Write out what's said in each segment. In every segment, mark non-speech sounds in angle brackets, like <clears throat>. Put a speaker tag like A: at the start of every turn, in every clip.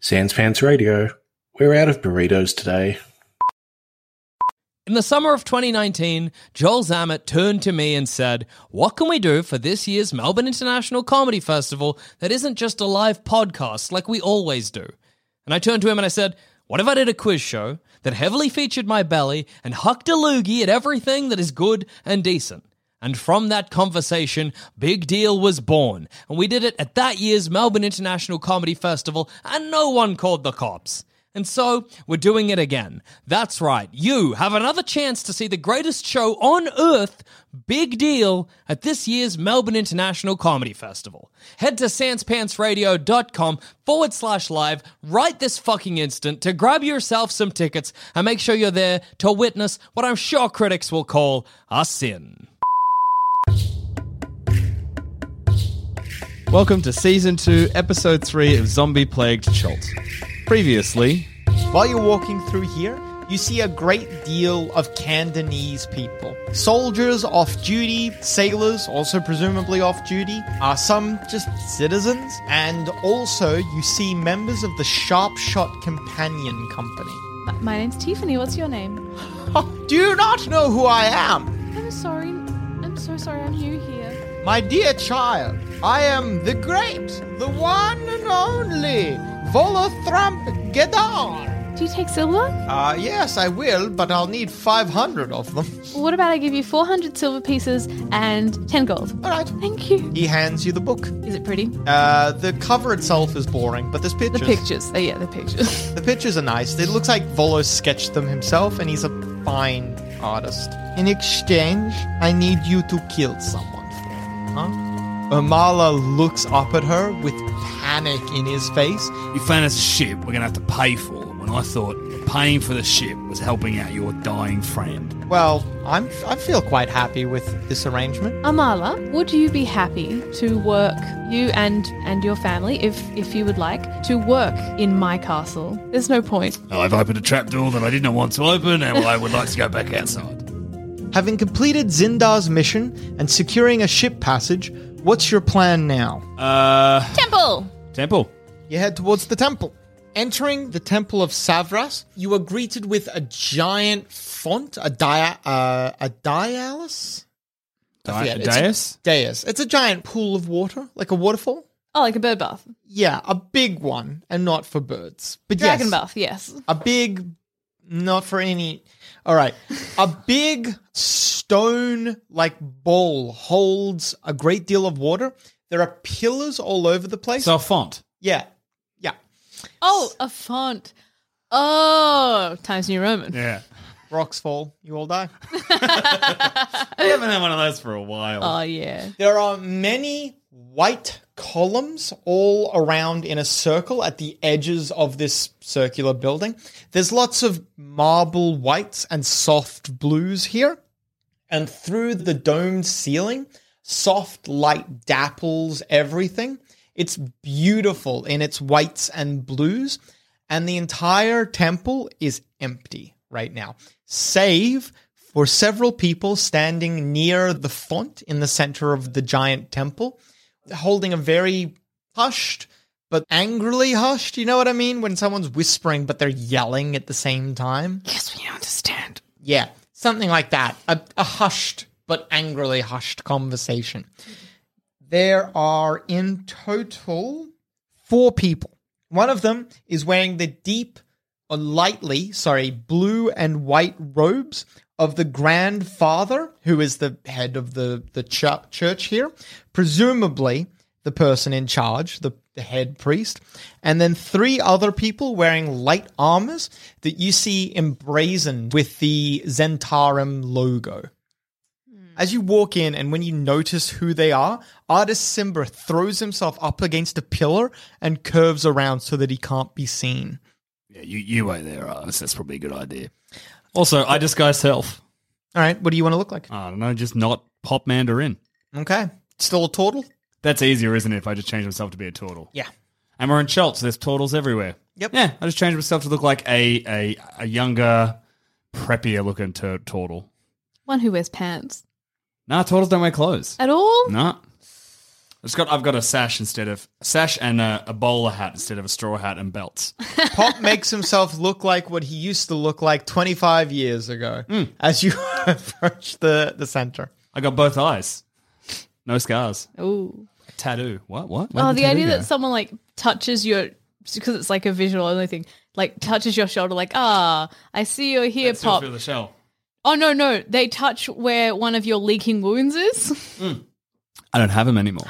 A: Sans Pants Radio. We're out of burritos today.
B: In the summer of 2019, Joel Zammett turned to me and said, What can we do for this year's Melbourne International Comedy Festival that isn't just a live podcast like we always do? And I turned to him and I said, What if I did a quiz show that heavily featured my belly and hucked a loogie at everything that is good and decent? And from that conversation, Big Deal was born. And we did it at that year's Melbourne International Comedy Festival, and no one called the cops. And so we're doing it again. That's right. You have another chance to see the greatest show on earth, Big Deal, at this year's Melbourne International Comedy Festival. Head to sanspantsradio.com forward slash live right this fucking instant to grab yourself some tickets and make sure you're there to witness what I'm sure critics will call a sin.
C: Welcome to season two, episode three of Zombie Plagued Chult. Previously,
D: While you're walking through here, you see a great deal of Cantonese people. Soldiers off duty, sailors also presumably off duty, are some just citizens, and also you see members of the Sharp Shot Companion Company.
E: My name's Tiffany. What's your name?
D: Oh, Do you not know who I am?
E: I'm sorry. I'm so sorry. I'm new here.
D: My dear child, I am the great, the one and only Volothrump Gedar.
E: Do you take silver?
D: Uh, yes, I will, but I'll need 500 of them.
E: What about I give you 400 silver pieces and 10 gold?
D: All right.
E: Thank you.
D: He hands you the book.
E: Is it pretty?
D: Uh, the cover itself is boring, but there's
E: The
D: pictures.
E: pictures. Oh, yeah, the pictures. <laughs>
D: The pictures are nice. It looks like Volo sketched them himself, and he's a fine artist. In exchange, I need you to kill someone for me, huh? Amala looks up at her with panic in his face.
F: You found us a ship we're going to have to pay for. When I thought paying for the ship was helping out your dying friend.
D: Well, I'm I feel quite happy with this arrangement.
E: Amala, would you be happy to work, you and and your family, if if you would like, to work in my castle? There's no point.
F: Oh, I've opened a trapdoor that I did not want to open and I would like to go back outside.
C: <laughs>
D: Having completed Zindar's mission and securing a ship passage, what's your plan now?
C: uh,
E: Temple.
C: Temple.
D: You head towards the temple. Entering the temple of Savras, you are greeted with a giant font, a dia, uh, a dialis, I
C: Di-
D: forget. It's-
C: Dais?
D: dais. It's a giant pool of water, like a waterfall.
E: Oh, like a bird bath.
D: Yeah, a big one, and not for birds. But
E: Dragon
D: yes,
E: bath. Yes.
D: a big, not for any. All right, a big stone like bowl holds a great deal of water. There are pillars all over the place.
C: So a font.
D: yeah, yeah.
E: Oh, a font. Oh, Times New Roman.
C: Yeah.
D: Rocks fall, you all die.
C: I haven't had one of those for a while.
E: Oh yeah.
D: There are many white columns all around in a circle at the edges of this circular building. There's lots of marble whites and soft blues here. And through the domed ceiling, soft light dapples everything. It's beautiful in its whites and blues. And the entire temple is empty right now, save for several people standing near the font in the center of the giant temple, holding a very hushed, but angrily hushed. You know what I mean? When someone's whispering, but they're yelling at the same time.
E: Yes, we understand.
D: Yeah, something like that. A, a hushed but angrily hushed conversation. There are in total four people. One of them is wearing the deep, or uh, lightly, sorry, blue and white robes of the grandfather, who is the head of the, the chu- church here, presumably the person in charge, the, the head priest, and then three other people wearing light armors that you see emblazoned with the Zentarum logo. As you walk in and when you notice who they are, artist Simba throws himself up against a pillar and curves around so that he can't be seen.
F: Yeah, you, you wait there, Artis. That's probably a good idea.
C: Also, I disguise self.
D: All right, what do you want to look like?
C: Uh.
F: I don't know, just not pop Mandarin.
D: Okay. Still a turtle?
C: That's easier, isn't it, if I just change myself to be a turtle?
D: Yeah.
C: And we're in Chult, so there's turtles everywhere.
D: Yep.
C: Yeah, I just changed myself to look like a, a, a younger, preppier looking tur- turtle.
E: One who wears pants
C: Nah, turtles don't wear clothes.
E: at all.
C: Nah. It's got I've got a sash instead of sash and a, a bowler hat instead of a straw hat and belts. <laughs>
D: Pop makes himself look like what he used to look like 25 years ago
C: Hmm.
D: as you <laughs> approach the, the center.
C: I got both eyes. No scars.
E: Ooh.
C: Tattoo. What? What? Where'd
E: Oh, the
C: tattoo
E: idea
C: go?
E: that someone like touches your because it's like a visual only thing, like touches your shoulder, like ah, I see you're here,
C: Still
E: pop.
C: feel the shell.
E: Oh no, no, they touch where one of your leaking wounds is. <laughs>
C: I don't have
E: <gasps>
C: them anymore.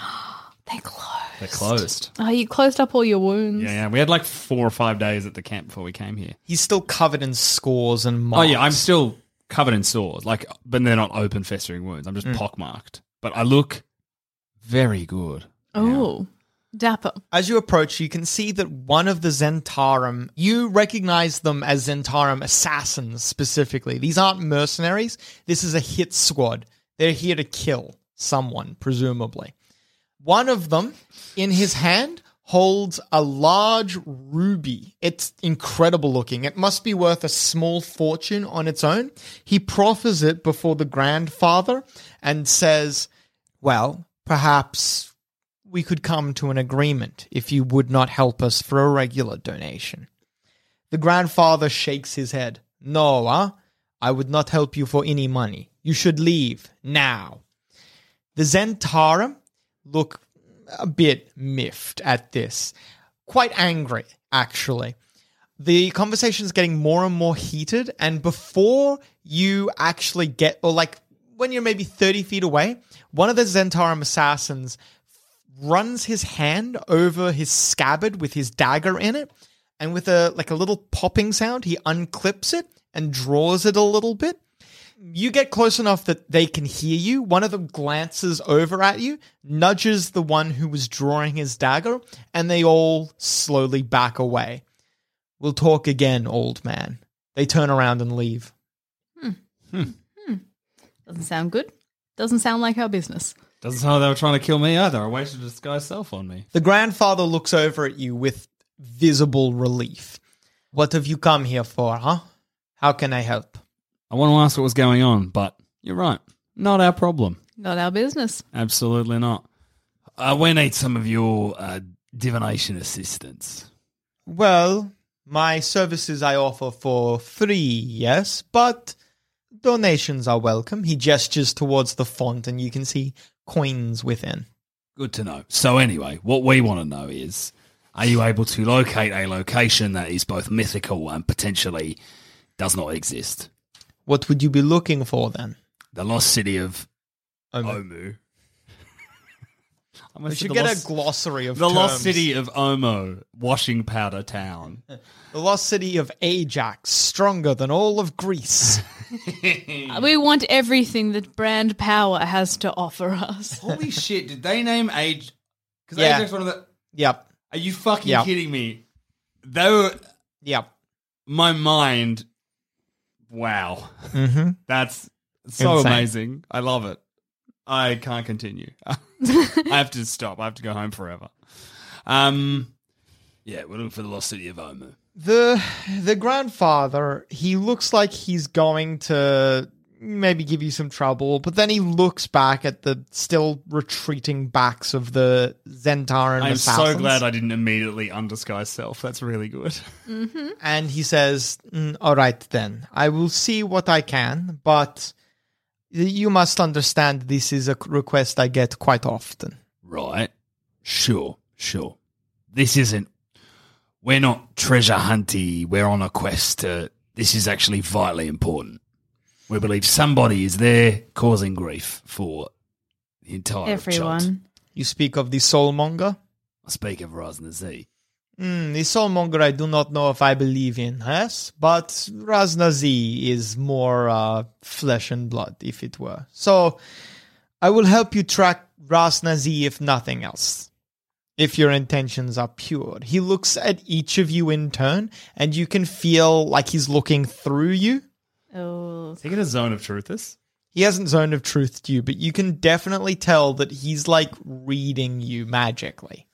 E: they close.
C: They're closed.
E: Oh, you closed up all your wounds.
C: Yeah, yeah. We had like four or five days at the camp before we came here.
D: He's still covered in scores and
C: Oh
D: marks.
C: yeah, I'm still covered in sores, like, but they're not open festering wounds. I'm just pockmarked, but I look very good.
E: Oh, dapper.
D: As you approach, you can see that one of the Zentarum, you recognize them as Zentarum assassins specifically. These aren't mercenaries. This is a hit squad. They're here to kill someone, presumably. One of them, in his hand, holds a large ruby. It's incredible looking. It must be worth a small fortune on its own. He proffers it before the grandfather and says, Well, perhaps we could come to an agreement if you would not help us for a regular donation. The grandfather shakes his head. No, ah, I would not help you for any money. You should leave now. The Zentara look a bit miffed at this, quite angry, actually. The conversation's getting more and more heated, and before you actually get, or like when you're maybe 30 feet away, one of the Zentarum assassins runs his hand over his scabbard with his dagger in it, and with a like a little popping sound, he unclips it and draws it a little bit. You get close enough that they can hear you. One of them glances over at you, nudges the one who was drawing his dagger, and they all slowly back away. We'll talk again, old man. They turn around and leave.
E: Doesn't sound good. Doesn't sound like our business.
C: Doesn't sound like they were trying to kill me either. I wasted this guy's self on me.
D: The grandfather looks over at you with visible relief. What have you come here for, huh? How can I help?
C: I want to ask what was going on, but you're right. Not our problem.
E: Not our business.
C: Absolutely not.
F: Uh, we need some of your uh, divination assistance.
D: Well, my services I offer for free, yes, but donations are welcome. He gestures towards the font and you can see coins within.
F: Good to know. So, anyway, what we want to know is are you able to locate a location that is both mythical and potentially does not exist?
D: What would you be looking for then?
F: The lost city of
D: Um,
C: Oh, <laughs>
F: Omu.
C: I'm
D: we
C: gonna say
D: should
C: the
D: get
C: lost-
D: a glossary of
C: the lost
D: terms.
C: city of Omo, washing powder town.
D: The lost city of Ajax, stronger than all of
C: <laughs>
D: Greece.
E: Uh, We want everything that brand power has to offer us.
C: Holy shit! Did they name Age? Because
D: Yeah.
C: Ajax one of the.
D: yep,
C: Are you fucking
D: Yeah.
C: kidding me? Though
D: yep.
C: my mind, wow,
D: Mm-hmm.
C: that's so
D: Insane.
C: amazing. I love it. I can't continue. <laughs> I have to stop. I have to go home forever. Um,
F: Yeah, we're looking for the lost city of Omu.
D: the the grandfather he looks like he's going to maybe give you some trouble but then he looks back at the still retreating backs of the zentaran
C: I'm
D: assassins,
C: so glad I didn't immediately undisguise self. That's really good.
D: and he says "Mm, all right then i will see what i can but you must understand this is a request i get quite often
F: Right. Sure, sure. This isn't. We're not treasure hunty. We're on a quest to. This is actually vitally important. We believe somebody is there causing grief for the entire Chult.
E: Everyone.
D: you speak of the soulmonger
F: I speak of Razna Z.
D: Mm, the soulmonger I do not know if I believe in, yes? But Raznazi is more uh, flesh and blood, if it were. So I will help you track Raznazi if nothing else. If your intentions are pure. He looks at each of you in turn, and you can feel like he's looking through you.
E: Oh,
C: Take it a zone of truth. This.
D: He hasn't zoned of truth to you, but you can definitely tell that he's like reading you magically.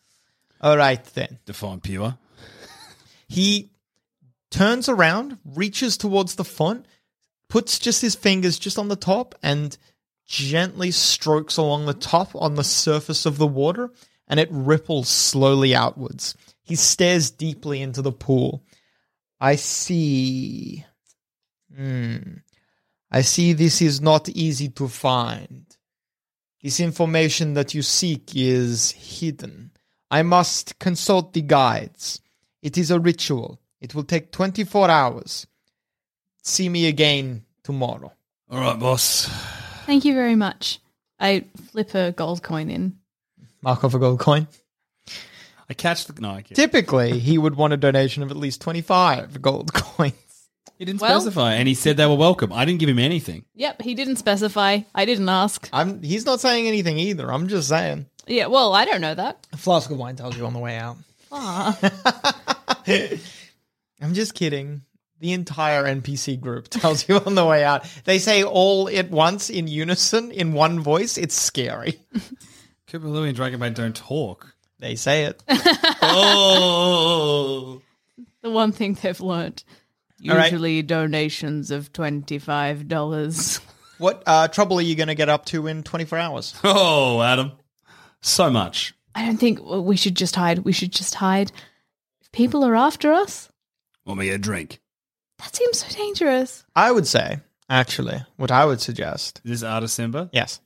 D: All right, then.
F: Define pure.
D: He turns around, reaches towards the font, puts just his fingers just on the top, and gently strokes along the top on the surface of the water and it ripples slowly outwards. He stares deeply into the pool. I see. Hmm. I see this is not easy to find. This information that you seek is hidden. I must consult the guides. It is a ritual. It will take 24 hours. See me again tomorrow.
F: All right, boss.
E: Thank you very much. I flip a gold coin in.
D: Mark off a gold coin.
C: I catch the. No, I can't.
D: Typically, he would want a donation of at least 25 gold <laughs> coins.
C: He didn't
E: Well-
C: specify, and he said they were welcome. I didn't give him anything.
E: Yep, he didn't specify. I didn't ask.
D: I'm, he's not saying anything either. I'm just saying.
E: Yeah, well, I don't know that.
D: A flask of wine tells you on the way out.
E: Ah.
D: <laughs> I'm just kidding. The entire NPC group tells you on the way out. They say all at once in unison in one voice. It's scary.
C: Cooper Louie and Dragonbait
F: <laughs>
C: don't talk.
D: They say <laughs> it.
C: Oh,
E: The one thing they've learnt.
D: All right.
E: Usually donations of $25.
D: What uh, trouble are you going to get up to in 24 hours?
C: oh, Adam, so much.
E: I don't think we should just hide. We should just hide. If people are after us,
F: Want me to get a drink?
E: that seems so dangerous.
D: I would say, actually, what I would suggest,
C: Is this artist Simba?
D: yes,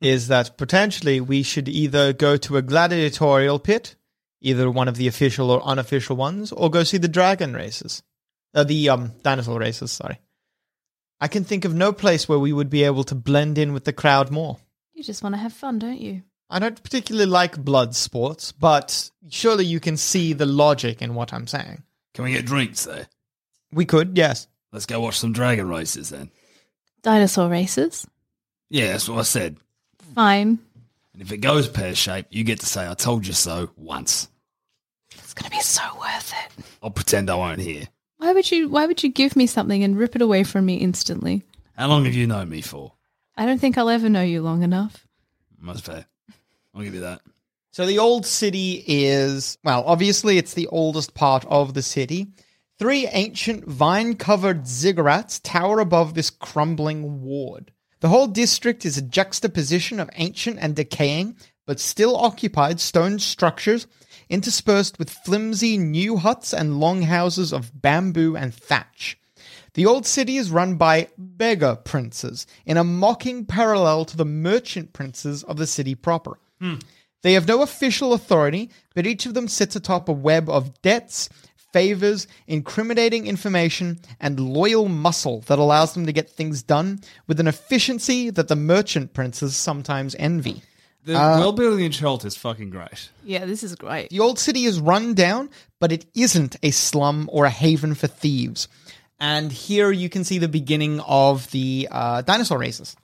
D: is that potentially we should either go to a gladiatorial pit, either one of the official or unofficial ones, or go see the dragon races, uh, the um dinosaur races. Sorry, I can think of no place where we would be able to blend in with the crowd more.
E: You just want to have fun, don't you?
D: I don't particularly like blood sports, but surely you can see the logic in what I'm saying.
F: Can we get drinks though?
D: We could, yes.
F: Let's go watch some dragon races then.
E: Dinosaur races?
F: Yeah, that's what I said.
E: Fine.
F: And if it goes pear shaped, you get to say I told you so once.
E: It's going to be so worth it.
F: I'll pretend I won't hear.
E: Why would you why would you give me something and rip it away from me instantly?
F: How long have you known me for?
E: I don't think I'll ever know you long enough.
F: That's fair. I'll give you that.
D: So the old city is, well, obviously it's the oldest part of the city. Three ancient vine covered ziggurats tower above this crumbling ward. The whole district is a juxtaposition of ancient and decaying, but still occupied stone structures interspersed with flimsy new huts and longhouses of bamboo and thatch. The old city is run by beggar princes in a mocking parallel to the merchant princes of the city proper. They have no official authority, but each of them sits atop a web of debts, favors, incriminating information, and loyal muscle that allows them to get things done with an efficiency that the merchant princes sometimes envy.
C: The world building in Chult is
F: <laughs>
C: fucking great.
E: Yeah, this is great.
D: The old city is run down, but it isn't a slum or a haven for thieves. And here you can see the beginning of the uh, dinosaur races.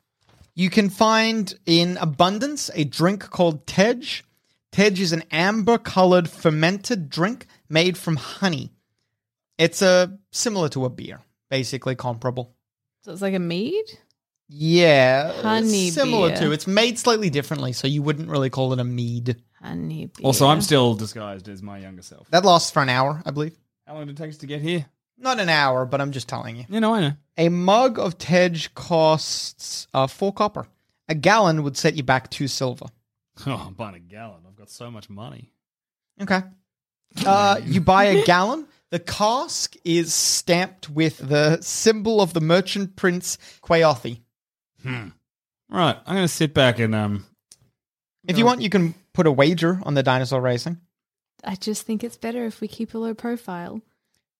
D: You can find in abundance a drink called Tej. Tej is an amber colored fermented drink made from honey. It's a similar to a beer, basically comparable.
E: So it's like a mead?
D: Yeah,
E: Honey
D: similar
E: beer.
D: to. It's made slightly differently, so you wouldn't really call it a mead.
E: Honey beer.
C: <laughs> Also, I'm still disguised as my younger self.
D: That lasts for an hour, I believe.
C: How long did it take us to get here?
D: Not an hour, but I'm just telling you.
C: You know, I know.
D: A mug of Tej costs uh, four copper. A gallon would set you back two silver.
C: Oh, I'm buying a gallon. I've got so much money.
D: Okay. Uh, you buy a gallon. The cask is stamped with the symbol of the merchant prince Quaothi.
C: Hmm. Right, I'm going to sit back and um.
D: If you want, you can put a wager on the dinosaur racing.
E: I just think it's better if we keep a low profile.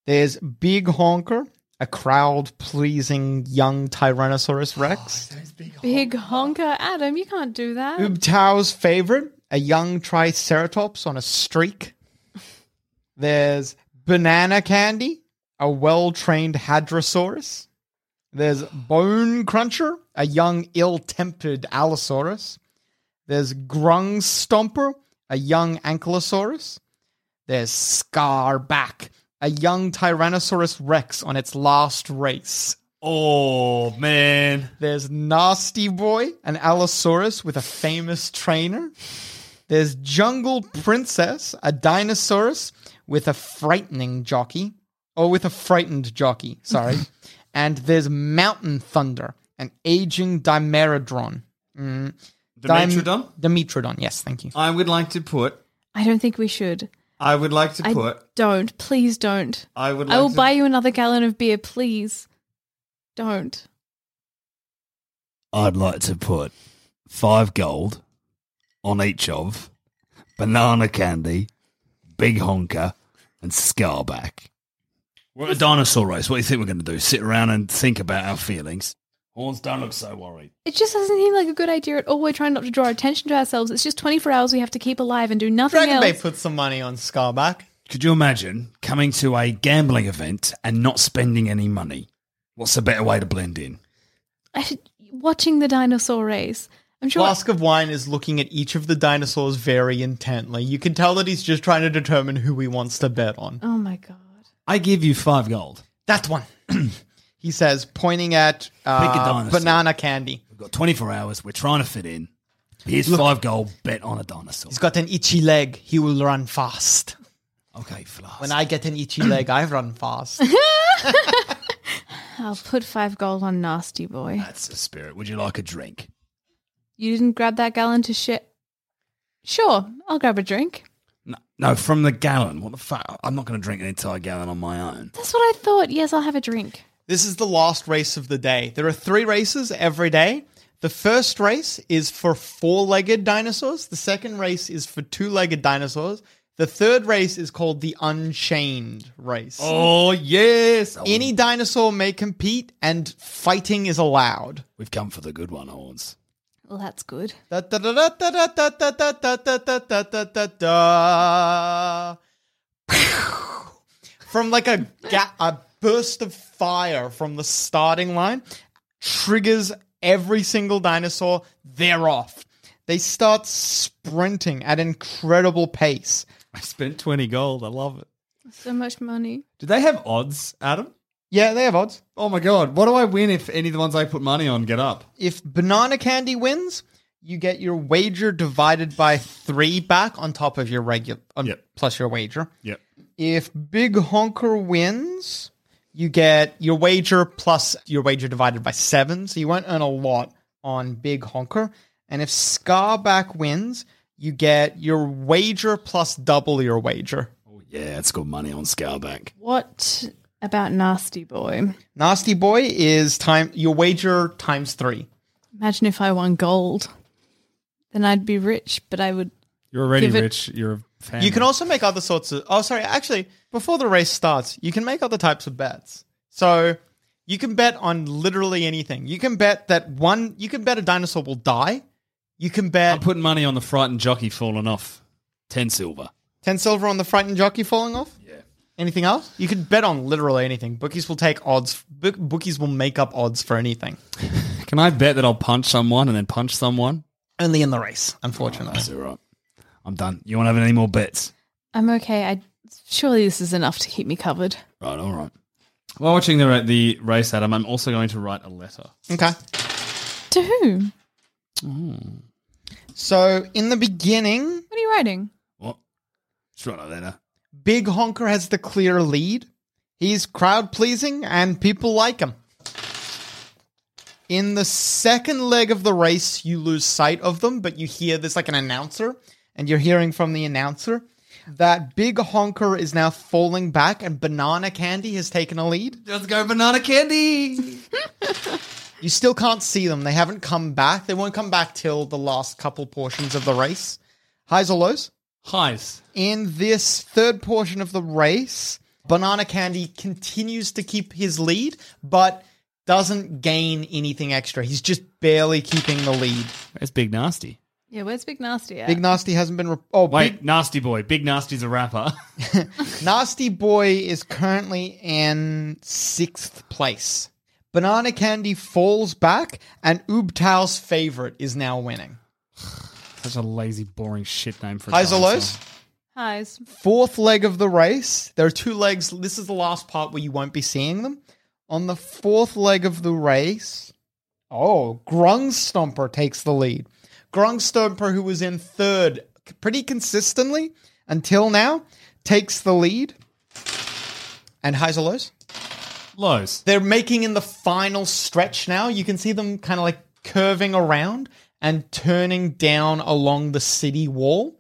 D: There's Big Honker, a crowd pleasing young Tyrannosaurus Rex.
E: Big honker, Adam, you can't do that.
D: Um, Ubtow's favorite, a young Triceratops on a streak. There's Banana Candy, a well trained Hadrosaurus. There's Bone Cruncher, a young ill tempered Allosaurus. There's Grung Stomper, a young Ankylosaurus. There's Scarback, a young Tyrannosaurus Rex on its last race.
C: Oh man,
D: There's Nasty Boy, an Allosaurus with a famous trainer. There's Jungle Princess, a Dinosaurus with a frightening Oh, <laughs> jockey, or with a frightened jockey, sorry. and there's Mountain Thunder, an aging Dimerodron. Mm. Dim-
F: Dimetrodon?
D: Dimetrodon, yes, thank you.
F: I would like to put.
E: I don't think we should.
F: I would like to
E: I
F: put.
E: don't. Please don't.
F: I would. Like
E: I will
F: to,
E: buy you another gallon of beer. Please don't.
F: I'd like to put five gold on each of banana candy, big honker, and scarback. We're a dinosaur race. What do you think we're going to do? Sit around and think about our feelings? Horns don't look so worried.
E: It just doesn't seem like a good idea at all. We're trying not to draw attention to ourselves. It's just 24 hours we have to keep alive and do nothing
D: Dragon Bay
E: else.
D: put some money on Scarback.
F: Could you imagine coming to a gambling event and not spending any money? What's a better way to blend in?
E: I should, watching the dinosaur race. I'm sure.
D: Flask of Wine is looking at each of the dinosaurs very intently. You can tell that he's just trying to determine who he wants to bet on.
E: oh my god.
C: I give you five gold.
D: That one. <clears throat> he says, pointing at
F: Pick a
D: uh,
F: dinosaur.
D: banana candy.
F: We've got 24 hours. We're trying to fit in. Here's five gold. Bet on a dinosaur.
D: He's got an itchy leg. He will run fast.
F: Okay, Flask.
D: When I get an
F: <clears throat>
D: itchy leg, I run
F: <laughs>
D: fast.
E: I'll put five gold on Nasty Boy.
F: That's the spirit. Would you like a drink?
E: You didn't grab that gallon to shit. Sure, I'll grab a drink.
F: No, no from the gallon. What the fuck? I'm not going to drink an entire gallon on my own.
E: That's what I thought. Yes, I'll have a drink.
D: This is the last race of the day. There are three races every day. The first race is for four legged dinosaurs. The second race is for two legged dinosaurs. The third race is called the Unchained race.
F: Oh, yes.
D: Any dinosaur may compete, and fighting is allowed.
F: We've come for the good one, Horns.
E: Well, that's good.
D: Da da da da da da da da da da da da da da da. From like a ga- a burst of fire from the starting line triggers every single dinosaur. They're off. They start sprinting at incredible pace.
C: <laughs> I spent 20 gold. I love it.
E: So much money.
C: Do they have odds, Adam?
D: Yeah, they have odds.
C: Oh my god, what do I win if any of the ones I put money on get up?
D: If banana candy wins, you get your wager divided by three back on top of your regular on
F: Yep.
D: plus your wager.
F: Yep.
D: If Big Honker wins, you get your wager plus your wager divided by seven, so you won't earn a lot on Big Honker. And if Scarback wins, you get your wager plus double your wager.
F: Oh, yeah, it's got money on Scarback.
E: What about Nasty Boy?
D: Nasty Boy is time your wager times three.
E: Imagine if I won gold. Then I'd be rich, but I would.
C: You're already
E: Give it-
C: rich. You're a fan.
D: You can also make other sorts of. Oh, sorry. Actually, before the race starts, you can make other types of bets. So you can bet on literally anything. You can bet that one. You can bet a dinosaur will die. You can
C: I'm
D: bet
C: putting money on the frightened jockey falling off.
F: 10 silver.
D: ten silver on the frightened jockey falling off. Yeah. Anything else? You could bet on literally anything. Bookies will take odds. Book, bookies will make up odds for anything.
C: Can I bet that I'll punch someone and then punch someone?
D: Only in the race, unfortunately.
F: That's all right. I'm done. You want to have any more bets?
E: I'm okay. I surely this is enough to keep me covered.
F: Right, all right.
C: While watching the, the race, Adam, I'm also going to write a letter.
D: okay.
E: To whom?
D: So in the beginning,
E: What are you writing?
F: What? It's right over there.
D: Big Honker has the clear lead. He's crowd pleasing and people like him. In the second leg of the race, you lose sight of them, but you hear there's like an announcer, and you're hearing from the announcer that Big Honker is now falling back and Banana Candy has taken a lead.
C: Let's go banana candy.
D: You still can't see them. They haven't come back. They won't come back till the last couple portions of the race. Highs or lows?
C: Highs.
D: in this third portion of the race, Banana Candy continues to keep his lead, but doesn't gain anything extra. He's just barely keeping the lead.
C: That's big nasty.
E: Yeah, where's Big Nasty at?
D: Big Nasty hasn't been. Re- oh,
C: Wait,
D: Big
C: nasty boy. Big nasty's a rapper. <laughs>
D: Nasty Boy is currently in sixth place. Banana Candy falls back, and Oobtao's favorite is now winning.
C: Such a lazy, boring shit name for a
D: Highs or
C: dinosaur.
D: lows?
E: Highs.
D: fourth leg of the race, there are two legs. This is the last part where you won't be seeing them. On the fourth leg of the race, oh, Grung Stomper takes the lead. Grung Stomper, who was in third pretty consistently until now, takes the lead. And highs or lows?
C: Lows.
D: They're making in the final stretch now. You can see them kind of like curving around and turning down along the city wall.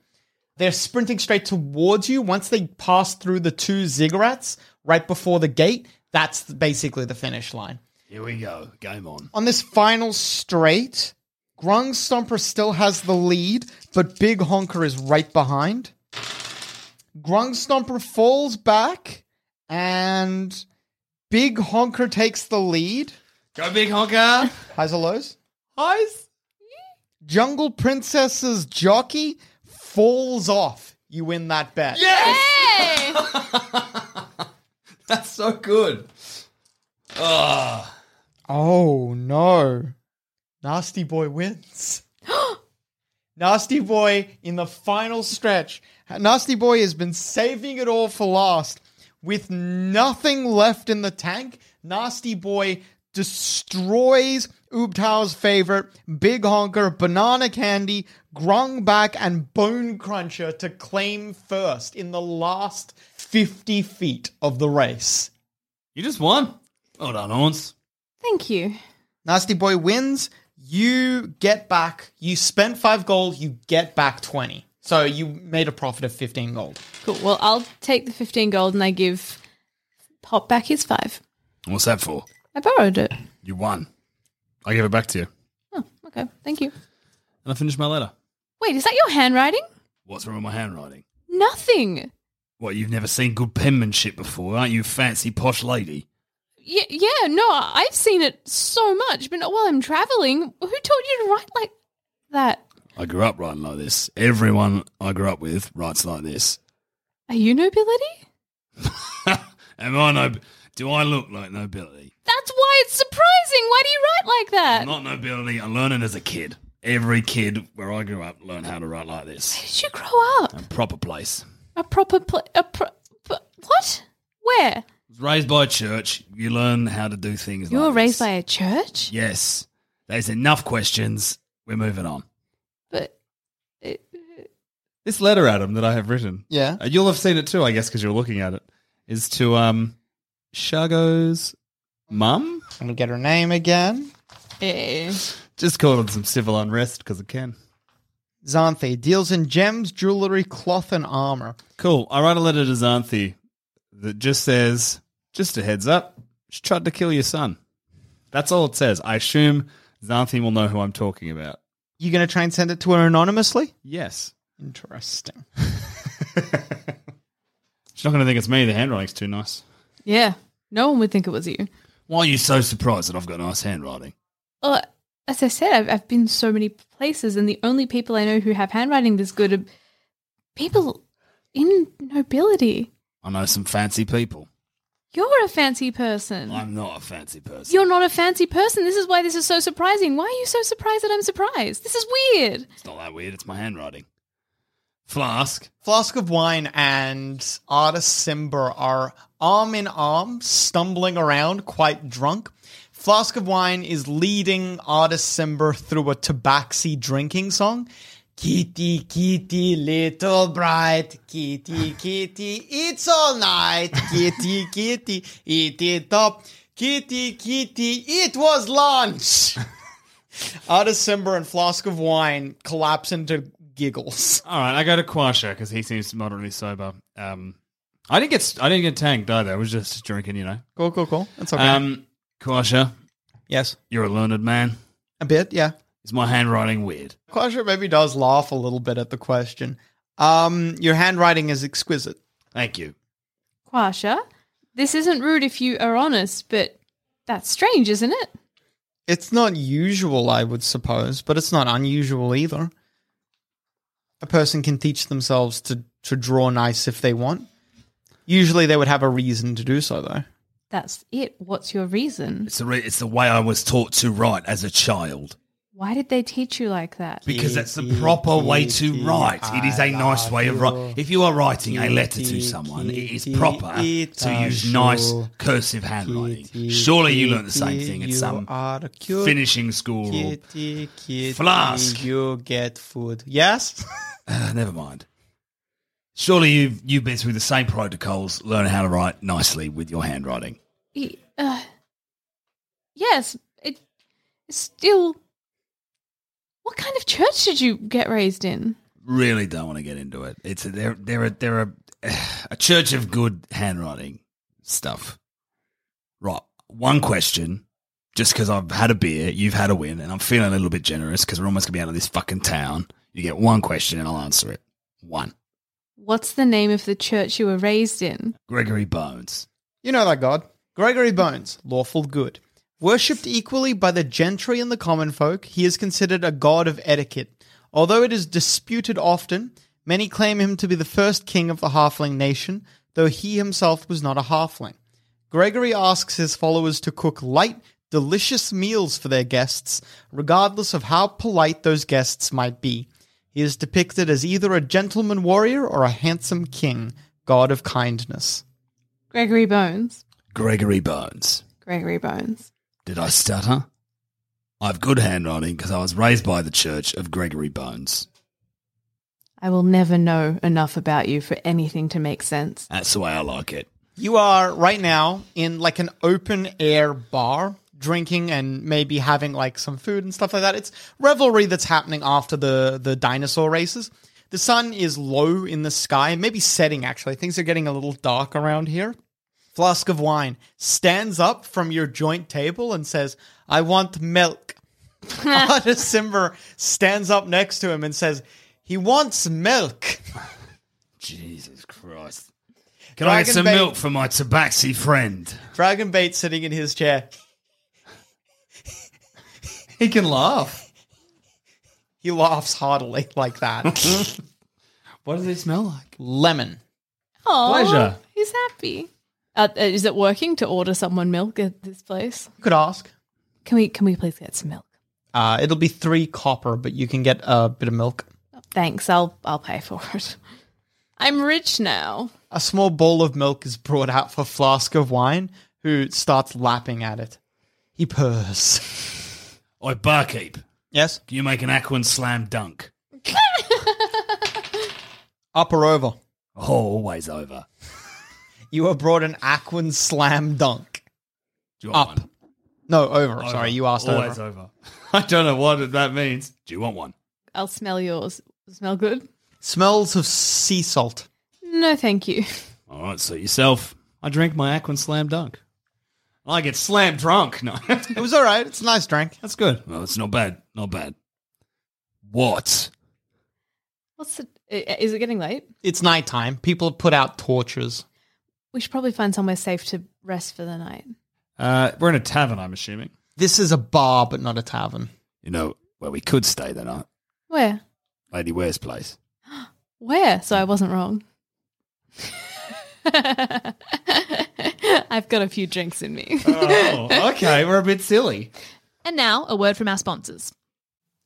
D: They're sprinting straight towards you. Once they pass through the two ziggurats right before the gate, that's basically the finish line.
F: Here we go. Game on.
D: On this final straight, Grung Stomper still has the lead, but Big Honker is right behind. Grung Stomper falls back, and Big Honker takes the lead.
C: Go
F: <laughs>
C: big honker.
D: Highs or lows?
C: Highs.
D: Jungle Princess's jockey falls off. You win that bet.
E: Hey!
C: That's so good.
D: Oh no. Nasty Boy wins. <gasps> Nasty Boy in the final stretch. Nasty Boy has been saving it all for last. With nothing left in the tank, Nasty Boy destroys Oobtao's favorite, Big Honker, Banana Candy, Grung Back, and Bone Cruncher to claim first in the last 50 feet of the race.
C: You just won. Well done, Horns.
E: Thank you.
D: Nasty Boy wins. You get back. You spent five gold. You get back twenty. So you made a profit of fifteen gold.
E: Cool. Well, I'll take the 15 gold and I give Pop back his five.
F: What's that for?
E: I borrowed it.
F: You won. I give it back to you.
E: Oh, okay. Thank you.
C: And I finished my letter.
E: Wait, is that your handwriting?
F: What's wrong with my handwriting?
E: Nothing.
F: What, you've never seen good penmanship before, aren't you, fancy posh lady?
E: Yeah, yeah, no, I've seen it so much, but not while I'm traveling. Who told you to write like that?
F: I grew up writing like this. Everyone I grew up with writes like this. <laughs>
E: Are you nobility?
F: Am I no? Do I look like nobility?
E: That's why it's surprising. Why do you write like that?
F: I'm not nobility. I learned it as a kid. Every kid where I grew up learned how to write like this.
E: Did you grow up?
F: Proper place.
E: A proper pla a pro- p- what? Where?
F: Was raised by a church. You learn how to do things.
E: You were
F: like
E: raised
F: this.
E: by a church?
F: Yes. There's enough questions. We're moving on.
E: But eh,
C: This letter, Adam, that I have written.
D: Yeah.
C: Uh, You'll have seen it too, I guess, because you're looking at it. Is to um, Shago's mum.
D: I'm gonna get her name again.
E: eh.
C: Just causing some civil unrest because I can.
D: Xanthe deals in gems, jewelry, cloth, and armor.
C: Cool. I write a letter to Xanthi that just says, just a heads up, she tried to kill your son. That's all it says. I assume Xanthi will know who I'm talking about.
D: You gonna try and send it to her anonymously?
C: Yes.
D: Interesting.
C: She's not going to think it's me. The handwriting's too nice.
E: Yeah. No one would think it was you.
F: Why are you so surprised that I've got nice handwriting?
E: Well, as I said, I've, I've been so many places, and the only people I know who have handwriting this good are people in nobility.
F: I know some fancy people.
E: You're a fancy person.
F: I'm not a fancy person.
E: You're not a fancy person. This is why this is so surprising. Why are you so surprised that I'm surprised? This is weird.
F: It's not that weird. It's my handwriting. Flask.
D: Flask of wine and Artis Simber are arm in arm, stumbling around, quite drunk. Flask of wine is leading Artis Simber through a tabaxi drinking song. Kitty, kitty, little bright, kitty, kitty, it's all night. Kitty, kitty, eat it up. Kitty, kitty, it was <laughs> lunch. Artis Simber and Flask of wine collapse into giggles.
C: All right, I go to Quasha because he seems moderately sober. Um, I didn't get s- I didn't get tanked either. I was just drinking, you know.
D: Cool, cool, cool. That's okay.
F: Um, Quasha,
D: yes,
F: you're a learned man.
D: a bit. Yeah,
F: Is my handwriting weird?
D: Quasha maybe does laugh a little bit at the question. Um, your handwriting is exquisite.
F: Thank you.
E: Quasha, this isn't rude if you are honest, but that's strange, isn't it?
D: It's not usual, I would suppose, but it's not unusual either. A person can teach themselves to to draw nice if they want. Usually, they would have a reason to do so, though.
E: That's it. What's your reason?
F: It's the re- it's the way I was taught to write as a child
E: Why did they teach you like that?
F: because that's the proper way to write. It is a nice way of writing. If you are writing a letter to someone, it is proper to use nice cursive handwriting. Surely you learned the same thing at some finishing school. Or,
D: Kitty, kitty,
F: Flask.
D: You get food. Yes.
F: Ah, <sighs> never mind. Surely you've you've been through the same protocols, learning how to write nicely with your handwriting.
E: Y- uh, yes, it, it's still. What kind of church did you get raised in?
F: Really don't want to get into it. It's a, they're they're a, they're a, a church of good handwriting stuff. Right. One question. Just because I've had a beer, you've had a win, and I'm feeling a little bit generous because we're almost gonna be out of this fucking town. You get one question, and I'll answer it. One.
E: What's the name of the church you were raised in?
F: Gregory Bones.
D: You know that god. Gregory Bones, lawful good. Worshipped equally by the gentry and the common folk, he is considered a god of etiquette. Although it is disputed often, many claim him to be the first king of the halfling nation, though he himself was not a halfling. Gregory asks his followers to cook light, delicious meals for their guests, regardless of how polite those guests might be. He is depicted as either a gentleman warrior or a handsome king, god of kindness.
E: Gregory Bones.
F: Gregory Bones.
E: Gregory Bones.
F: Did I stutter? I've good handwriting because I was raised by the Church of Gregory Bones.
E: I will never know enough about you for anything to make sense.
F: That's the way I like it.
D: You are right now in like an open air bar, drinking and maybe having like some food and stuff like that. It's revelry that's happening after the the dinosaur races. The sun is low in the sky, maybe setting actually. Things are getting a little dark around here. Flask of wine stands up from your joint table and says, "I want milk." <laughs> Artis Simber stands up next to him and says, "He wants milk."
F: Jesus Christ. Can I
D: Dragon
F: get some
D: bait-
F: milk for my tabaxi friend?
D: Dragonbait sitting in his chair.
C: He can laugh.
D: He laughs heartily like that.
C: <laughs> What does he smell like?
D: Lemon.
E: Oh,
C: Pleasure.
E: He's happy. Uh, uh, is it working to order someone milk at this place?
D: You could ask.
E: Can we can we please get some milk?
D: Uh, it'll be three copper, but you can get a bit of milk.
E: Thanks. I'll I'll pay for it. <laughs> I'm rich now.
D: A small bowl of milk is brought out for Flask of Wine, who starts lapping at it. He purrs.
F: Oi, barkeep,
D: Yes?
F: can you make an Aquan slam dunk?
D: Up or over.
F: Oh, always over.
D: You are brought an Aquan slam dunk.
F: Do you want
D: Up.
F: one?
D: No, over. Sorry, you asked
C: Always
D: over.
C: over. <laughs> I don't know what that means.
F: Do you want one?
E: I'll smell yours. Smell good?
D: Smells of sea salt.
E: No, thank you. <laughs>
F: All right, suit yourself.
C: I drink my Aquan slam dunk. I get slam drunk. <laughs> No,
D: It was all right. It's a nice drink.
C: that's good.
F: Well, it's not bad. Not bad. What?
E: What's the, i- is it getting late?
D: It's nighttime. People put out torches.
E: We should probably find somewhere safe to rest for the night.
C: Uh, we're in a tavern, I'm assuming.
D: This is a bar, but not a tavern.
F: You know, where we could stay that night.
E: Where?
F: Lady Ware's place.
E: Where? So I wasn't wrong. <laughs> I've got a few drinks in me.
C: Oh, <laughs> okay. We're a bit silly.
E: and now, a word from our sponsors.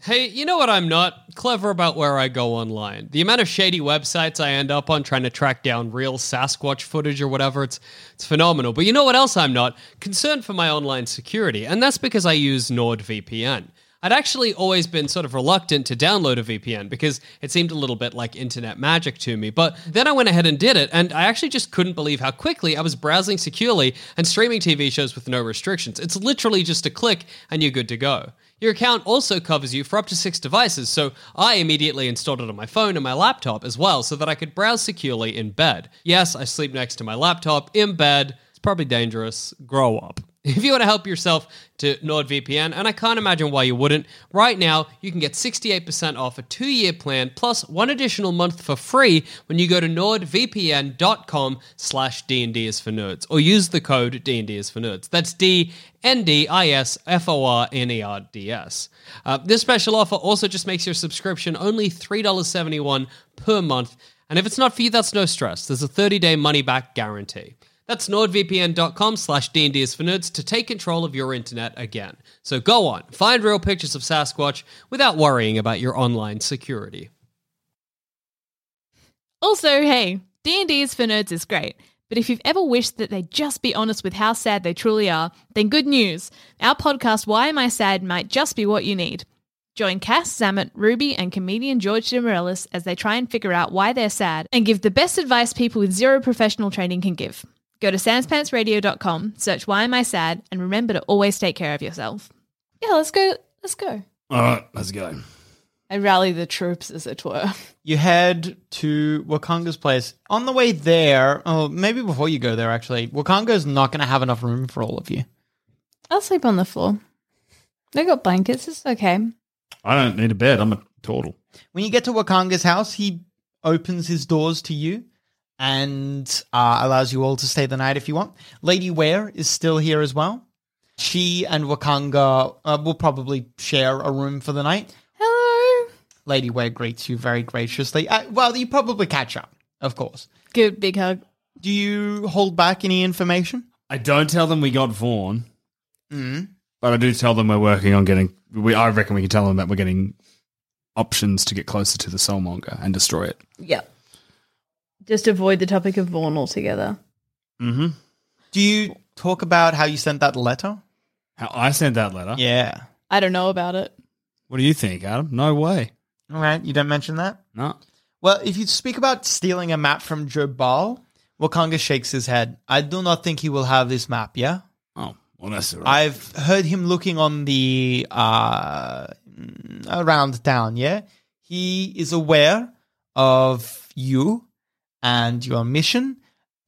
B: Hey, you know what I'm not? Clever about where I go online. The amount of shady websites I end up on trying to track down real Sasquatch footage or whatever, it's it's phenomenal. But you know what else I'm not? Concerned for my online security, and that's because I use NordVPN. I'd actually always been sort of reluctant to download a VPN because it seemed a little bit like internet magic to me. But then I went ahead and did it, and I actually just couldn't believe how quickly I was browsing securely and streaming TV shows with no restrictions. It's literally just a click, and you're good to go. Your account also covers you for up to six devices, so I immediately installed it on my phone and my laptop as well so that I could browse securely in bed. Yes, I sleep next to my laptop in bed. It's probably dangerous. Grow up. <laughs> If you want to help yourself to NordVPN, and I can't imagine why you wouldn't, right now you can get 68% off a two year plan plus one additional month for free when you go to nordvpn.com slash D&D is for nerds or use the code D&D is for nerds. That's D N D I S F O R N E R D S. Uh, this special offer also just makes your subscription only $3.71 per month. And if it's not for you, that's no stress. There's a 30 day money back guarantee. That's nordvpn.com slash D&D is for nerds to take control of your internet again. So go on, find real pictures of Sasquatch without worrying about your online security.
E: Also, hey, D&D is for nerds is great. But if you've ever wished that they'd just be honest with how sad they truly are, then good news. Our podcast Why Am I Sad might just be what you need. Join Cass, Zamet, Ruby, and comedian George DeMorellis as they try and figure out why they're sad and give the best advice people with zero professional training can give. Go to sanspantsradio.com, search Why Am I Sad, and remember to always take care of yourself. Yeah, let's go. Let's go.
F: All right, let's go.
E: I rally the troops, as it were. <laughs>
D: you head to Wakanga's place. On the way there, oh, maybe before you go there, actually, Wakanga's not going to have enough room for all of you.
E: I'll sleep on the floor. They got blankets. It's okay.
C: I don't need a bed. I'm a turtle.
D: When you get to Wakanga's house, he opens his doors to you and uh, allows you all to stay the night if you want. Lady Ware is still here as well. She and Wakanga uh, will probably share a room for the night.
E: Hello.
D: Lady Ware greets you very graciously. Uh, well, you probably catch up, of course.
E: Good big hug.
D: Do you hold back any information?
C: I don't tell them we got Vaughn, but I do tell them we're working on getting. We, I reckon we can tell them that we're getting options to get closer to the Soulmonger and destroy it.
E: Yep. Just avoid the topic of Vaughn altogether.
C: Mm-hmm.
D: Do you talk about how you sent that letter?
C: How I sent that letter.
D: Yeah.
E: I don't know about it.
C: What do you think, Adam? No way.
D: All right. You don't mention that?
C: No.
D: Well, if you speak about stealing a map from Jobal, Wakanga shakes his head. I do not think he will have this map, yeah?
F: Oh, well, that's all right.
D: I've heard him looking on the uh around town, yeah? He is aware of you and your mission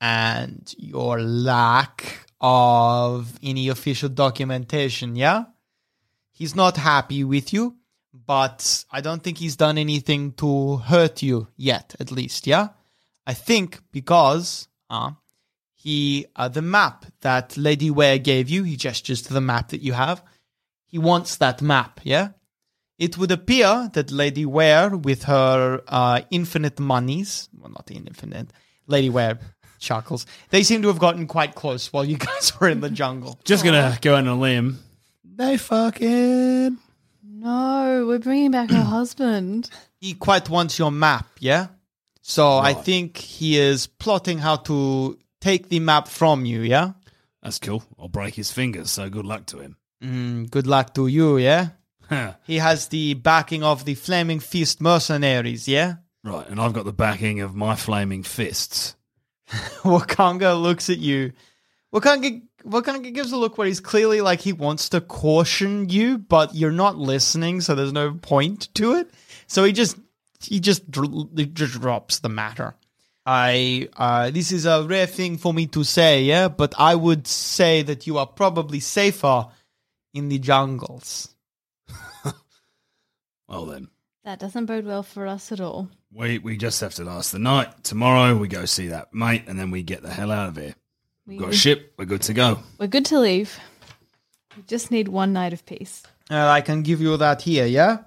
D: and your lack of any official documentation, yeah? He's not happy with you, but I don't think he's done anything to hurt you yet, at least, yeah? I think because uh, he uh, the map that Lady Ware gave you. He gestures to the map that you have. He wants that map. Yeah. It would appear that Lady Ware, with her uh, infinite monies, well, not infinite, Lady Ware chuckles. They seem to have gotten quite close while you <laughs> guys were in the jungle.
C: Just gonna go on a limb. They fucking.
E: No, we're bringing back <clears throat> her husband.
D: he quite wants your map, yeah? So I think he is plotting how to take the map from you, yeah?
F: That's cool. I'll break his fingers, so good luck to him.
D: Mm, good luck to you, yeah?
F: Huh.
D: He has the backing of the Flaming Fist mercenaries, yeah? <laughs>
F: Right, and I've got the backing of my flaming fists.
D: Wakanga looks at you. Wakanga, Wakanga gives a look where he's clearly like he wants to caution you, but you're not listening, so there's no point to it. So he just he just, dr- he just drops the matter. I uh, this is a rare thing for me to say, yeah, but I would say that you are probably safer in the jungles.
F: Well then,
E: That doesn't bode well for us at all.
F: we we just have to last the night. Tomorrow we go see that mate, and then we get the hell out of here.
E: We,
F: We've got a ship. We're good to go.
E: we're good to leave. We just need one night of peace.
D: Uh, I can give you that here, yeah.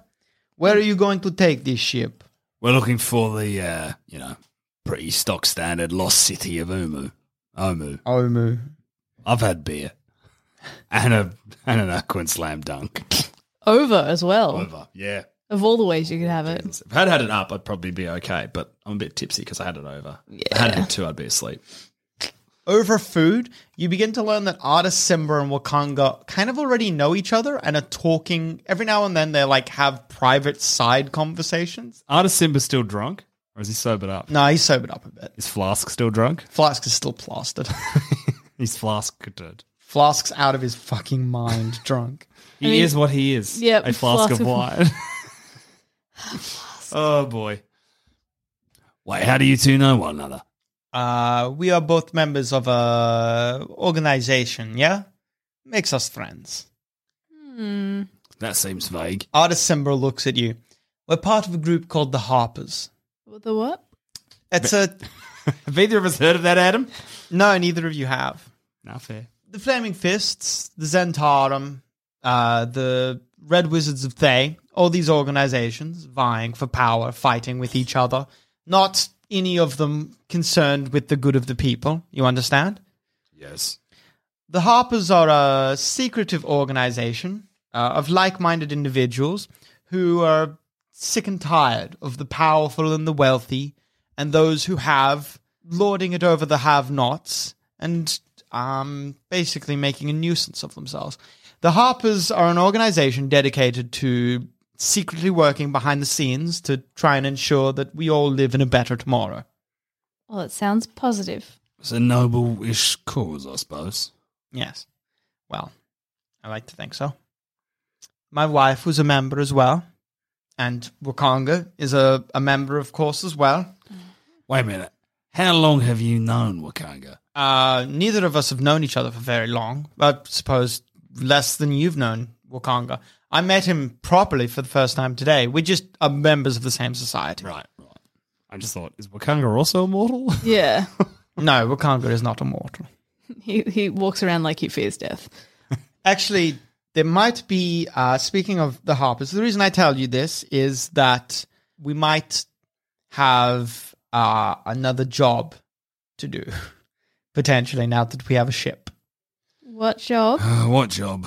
D: Where are you going to take this ship?
F: We're looking for the uh, you know pretty stock standard lost city of Umu. Omu.
D: Omu.
F: I've had beer and a and an Aquan slam dunk.
E: Over as well.
F: Over. Yeah.
E: Of all the ways you could have it.
C: If I'd had it up, I'd probably be okay, but I'm a bit tipsy because I had it over. If I had it too, I'd be asleep.
D: over food, you begin to learn that artist Simba and Wakanga kind of already know each other and are talking every now and then. They like have private side conversations.
C: Artist Simba still drunk, or is he sobered up?
D: No, he's sobered up a bit.
C: Is Flask still drunk?
D: Flask is still plastered. <laughs>
C: He's flasked.
D: Flask's out of his fucking mind, <laughs> drunk.
C: He is what he is.
E: Yep,
C: a flask,
E: flask
C: of
E: of-
C: wine. oh boy.
F: Wait, how do you two know one another?
D: Uh, we are both members of a organization. Yeah, makes us friends.
F: That seems vague.
D: Artist Simba looks at you. We're part of a group called the Harpers.
E: The what?
D: It's a
C: <laughs> Have either of us heard of that, Adam?
D: no, neither of you have.
C: Not fair.
D: the Flaming Fists, the Zentarum, uh, the Red Wizards of Thay, all these organizations vying for power, fighting with each other, not any of them concerned with the good of the people. You understand?
F: Yes.
D: The Harpers are a secretive organization uh, of like minded individuals who are sick and tired of the powerful and the wealthy and those who have lording it over the have nots and um, basically making a nuisance of themselves. The Harpers are an organization dedicated to secretly working behind the scenes to try and ensure that we all live in a better tomorrow.
E: Well, it sounds positive.
F: It's a noble-ish cause, I suppose.
D: Yes. Well, I like to think so. My wife was a member as well. And Wakanga is a, a member, of course, as well.
F: Wait a minute. How long have you known Wakanga?
D: Uh, neither of us have known each other for very long. I suppose less than you've known Wakanga. I met him properly for the first time today. We just are members of the same society.
F: Right, right.
C: I just thought, is Wakanga also <laughs> immortal?
E: <laughs> Yeah.
D: No, Wakanga is not immortal.
E: he, he walks around like he fears death.
D: Actually, there might be, uh, speaking of the Harpers, the reason I tell you this is that we might have uh, another job to do, <laughs> potentially, now that we have a ship.
E: What job?
F: Uh, what job?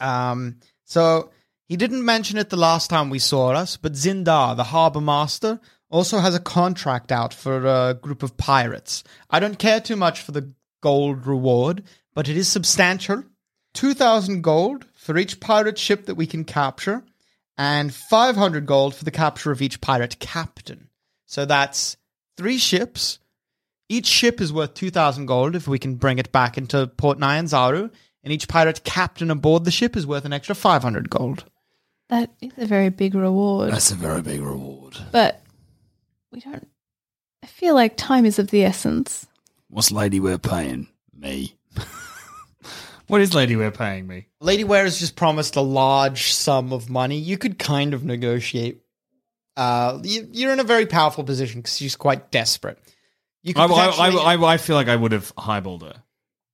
D: Um, so he didn't mention it the last time we saw us, but Zindar, the harbor master, also has a contract out for a group of pirates. I don't care too much for the gold reward, but it is substantial. 2,000 gold for each pirate ship that we can capture, and 500 gold for the capture of each pirate captain. So that's three ships. Each ship is worth 2,000 gold if we can bring it back into Port Nyanzaru, and each pirate captain aboard the ship is worth an extra 500 gold.
E: That is a very big reward.
F: That's a very big reward.
E: but we don't. I feel like time is of the essence.
F: What's lady we're paying? Me.
C: <laughs> what is Lady Wear paying me?
D: Lady Ware has just promised a large sum of money. You could kind of negotiate. Uh, you, you're in a very powerful position because she's quite desperate. You could
C: I, I,
D: potentially-
C: I, I, I feel like I would have highballed her.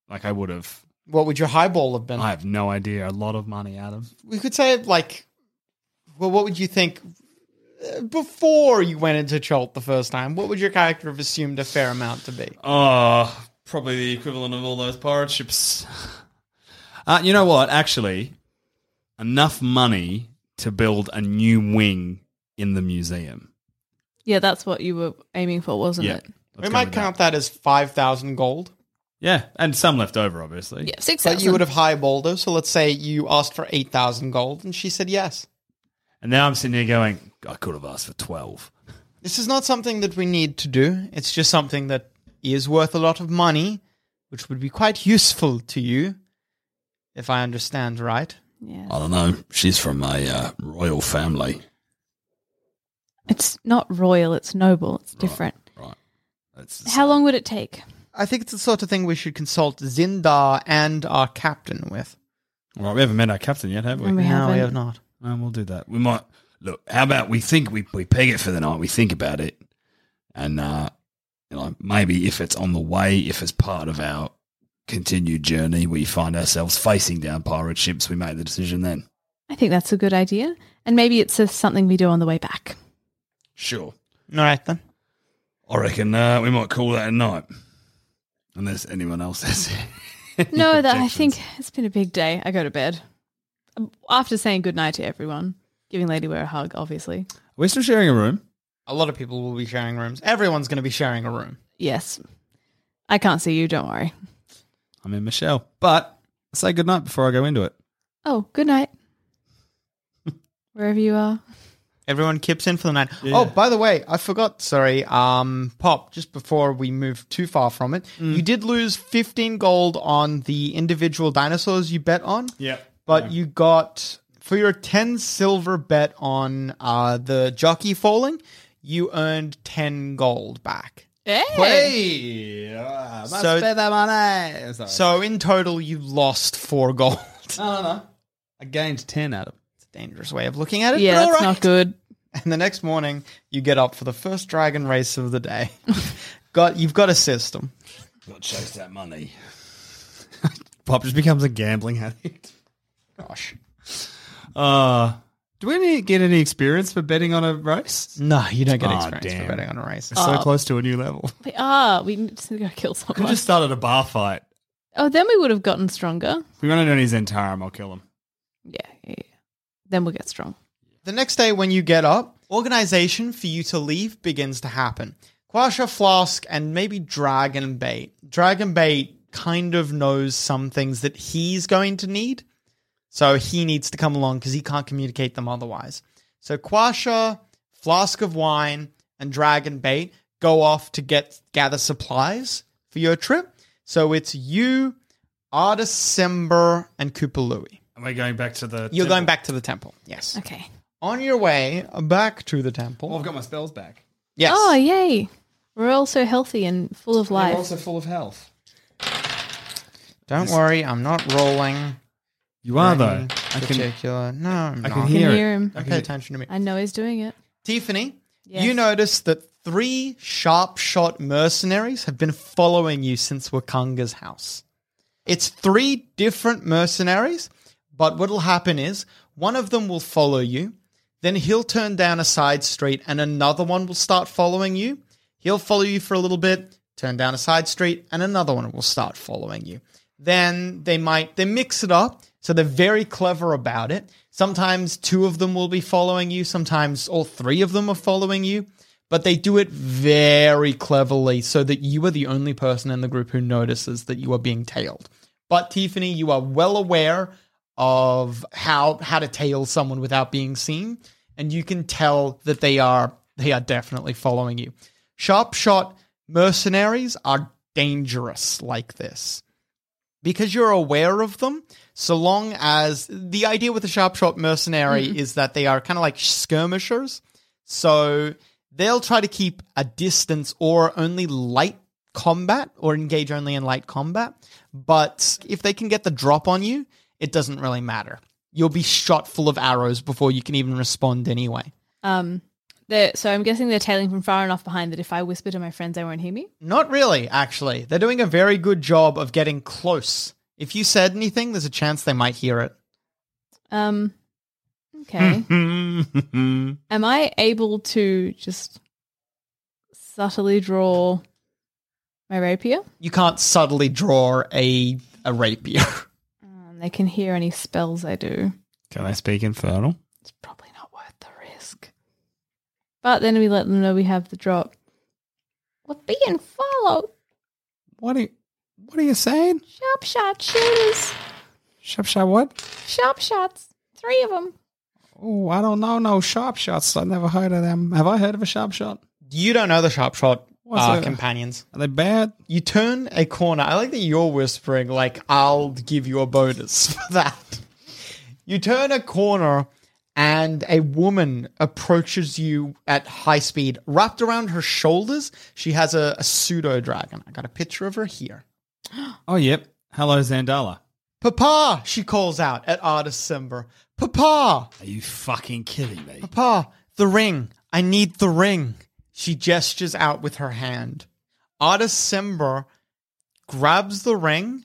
C: Like I would have.
D: what would your highball have been?
C: I have no idea. A lot of money, Adam.
D: we could say like, well, what would you think uh, before you went into Cholt the first time? What would your character have assumed a fair amount to be?
C: Oh, probably the equivalent of all those pirate ships. <laughs> Uh, you know what? Actually, enough money to build a new wing in the museum.
E: Yeah, that's what you were aiming for, wasn't
C: Yeah.
E: it?
C: Let's
D: we
C: go
D: might
C: with that.
D: count that, as five thousand gold,
C: Yeah, and some left over, obviously.
E: Yeah, six
D: but you would
E: thousand.
D: have highballed her. So let's say you asked for eight thousand gold, and she said yes.
C: And now I'm sitting here going,
F: I could have asked for 12.
D: This is not something that we need to do. It's just something that is worth a lot of money, which would be quite useful to you, if I understand right.
E: Yeah.
F: I don't know. She's from a uh, royal family.
E: It's not royal. It's noble. It's different.
F: Right. That's
E: How long would it take?
D: I think it's the sort of thing we should consult Zindar and our captain with.
C: All right, we haven't met our captain yet, have we?
E: And we
D: no, we
E: haven't-
D: have not.
C: Um, we'll do that.
F: we might look. How about we think we we peg it for the night? We think about it, and uh, you know maybe if it's on the way, if it's part of our continued journey, we find ourselves facing down pirate ships. We make the decision then.
E: I think that's a good idea, and maybe it's just something we do on the way
D: <laughs>
E: back.
D: All
F: Sure,
D: right then.
F: I reckon uh, we might call that a night, unless anyone else has. any
E: No, that I
F: objections.
E: think it's been a big day. I go to bed Um, after saying goodnight to everyone, giving Lady Wear a hug, obviously.
C: We're still sharing a room.
D: A lot of people will be sharing rooms. Everyone's going to be sharing a room.
E: Yes, I can't see you. Don't worry.
C: I'm in Michelle, but I say goodnight before I go into it.
E: Oh,
D: <laughs>
E: good night. Wherever you are.
D: Everyone keeps in for the night. Oh, by the way, I forgot. Sorry, um, Pop. Just before we move too far from it,
C: Mm.
D: you did lose fifteen gold on the individual dinosaurs you bet on.
C: Yeah.
D: but you got for your 10 silver bet on uh, the jockey falling you earned 10 gold back
C: Hey, uh, must
D: So-
C: be the money. Sorry.
D: so in total you lost 4 gold it's
C: no, no, no. I gained ten, Adam.
D: a <laughs> dangerous way of looking at it
E: Yeah,
D: but all
E: that's
D: right.
E: not good.
D: and the next morning you get up for the first dragon race of the day <laughs> got you've got a system
F: got to chase that money.
C: <laughs> Pop just becomes a gambling addict.
D: gosh
C: Uh, do we any, get any experience for betting on a race?
D: no you don't get
C: Aw,
D: experience
C: damn.
D: for betting on a race
C: We're so close to a new level.
E: We are. We need to go kill
C: Could
E: someone.
C: just started a bar fight.
E: Oh, then we would have gotten stronger.
C: If we run into any Zentarum, I'll kill him.
E: Yeah, yeah, yeah. Then we'll get strong.
D: The next day, when you get up, organization for you to leave begins to happen. Quasha Flask and maybe Dragon Bait. Dragon Bait kind of knows some things that he's going to need, so he needs to come along because he can't communicate them otherwise. So Quasha, Flask of Wine, and Dragon Bait go off to get gather supplies for your trip. So it's you, Artisember, and Cooper Louie.
C: Am I going back to the?
D: You're
C: temple?
D: going back to the temple. Yes.
E: Okay.
D: On your way back to the temple.
C: Oh, I've got my spells back.
D: yes.
E: Oh, yay. We're all so healthy and full of
C: I'm
E: life.
C: also full of health.
D: Don't worry, I'm not rolling.
C: You are though.
D: in
C: I can.
D: particular. No, I'm
C: I
D: not.
C: can
E: I
C: hear
E: can
C: it.
E: hear him.
C: I
D: Pay
C: can
D: attention to me.
E: I know he's doing it.
D: Tiffany,
E: Yes.
D: you notice that three sharp shot mercenaries have been following you since Wakanga's house. It's three different mercenaries, but what'll happen is one of them will follow you, then he'll turn down a side street and another one will start following you. He'll follow you for a little bit, turn down a side street, and another one will start following you. Then they might they mix it up, so they're very clever about it. Sometimes two of them will be following you, sometimes all three of them are following you, but they do it very cleverly so that you are the only person in the group who notices that you are being tailed. But Tiffany, you are well aware of how how to tail someone without being seen, and you can tell that they are they are definitely following you. Sharp shot mercenaries are dangerous like this because you're aware of them. So long as the idea with the sharp shot mercenary is that they are kind of like skirmishers, so they'll try to keep a distance or only light combat or engage only in light combat. But if they can get the drop on you, it doesn't really matter. You'll be shot full of arrows before you can even respond anyway.
E: Um, they're, so I'm guessing they're tailing from far enough behind that if I whisper to my friends, they won't hear me.
D: Not really, actually. They're doing a very good job of getting close. If you said anything, there's a chance they might hear it.
E: Um,
C: <laughs>
E: okay.
F: Mm-hmm.
E: Am I able to just subtly draw my rapier?
D: You can't subtly draw a a rapier. <laughs>
E: Um, they can hear any spells I do.
C: Can I speak infernal?
E: It's probably not worth the risk. But then we let them know we have the drop. We're being followed.
C: What are you, What are you saying?
E: Sharp shot shooters.
C: Sharp shot what?
E: Sharp shots. Three of them.
C: Oh, I don't know. No sharp shots. I've never heard of them. Have I heard of a sharp shot?
D: You don't know the sharp shot
C: What's
D: uh,
C: that?
D: companions.
C: Are they bad?
D: You turn a corner. I like that you're whispering, like, I'll give you a bonus <laughs> for that. You turn a corner and a woman approaches you at high speed. Wrapped around her shoulders, she has a, a pseudo dragon. I got a picture of her here.
C: Oh, yep. Hello, Zandala.
D: Papa, she calls out at Artist Simber. Papa,
F: Are you fucking kidding me?
D: Papa, the ring. I need the ring. She gestures out with her hand. Ada Simber grabs the ring,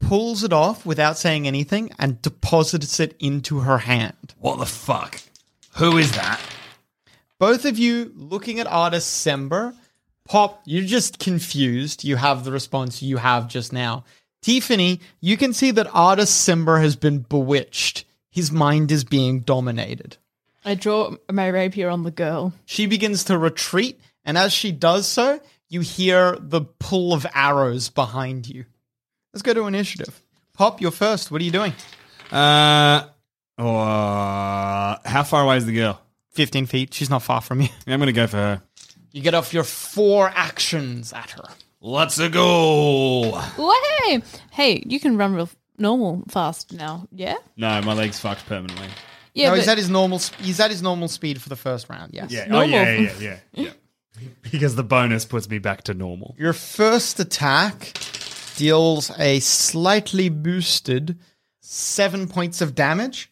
D: pulls it off without saying anything, and deposits it into her hand.
F: What the fuck? Who is that?
D: Both of you looking at Ada Simber, Pop, you're just confused. You have the response you have just now. Tiffany, you can see that Ada Simber has been bewitched. His mind is being dominated.
E: I draw my rapier on the girl.
D: She begins to retreat, and as she does so, you hear the pull of arrows behind you. Let's go to initiative. Pop, you're first. What are you doing?
C: Uh, oh, uh, how far away is the girl?
D: 15 feet. She's not far from you.
C: Yeah, I'm going to go for her.
D: You get off your four actions at her.
F: Let's go.
E: Way! Hey, you can run real normal fast now. Yeah?
C: No, my leg's fucked permanently.
E: Yeah,
D: no,
E: but
D: he's at his normal. sp- He's at his normal speed for the first round. Yes.
C: Yeah.
E: Normal.
C: Oh, yeah, yeah, yeah, yeah. yeah. because the bonus puts me back to normal.
D: Your first attack deals a slightly boosted seven points of damage.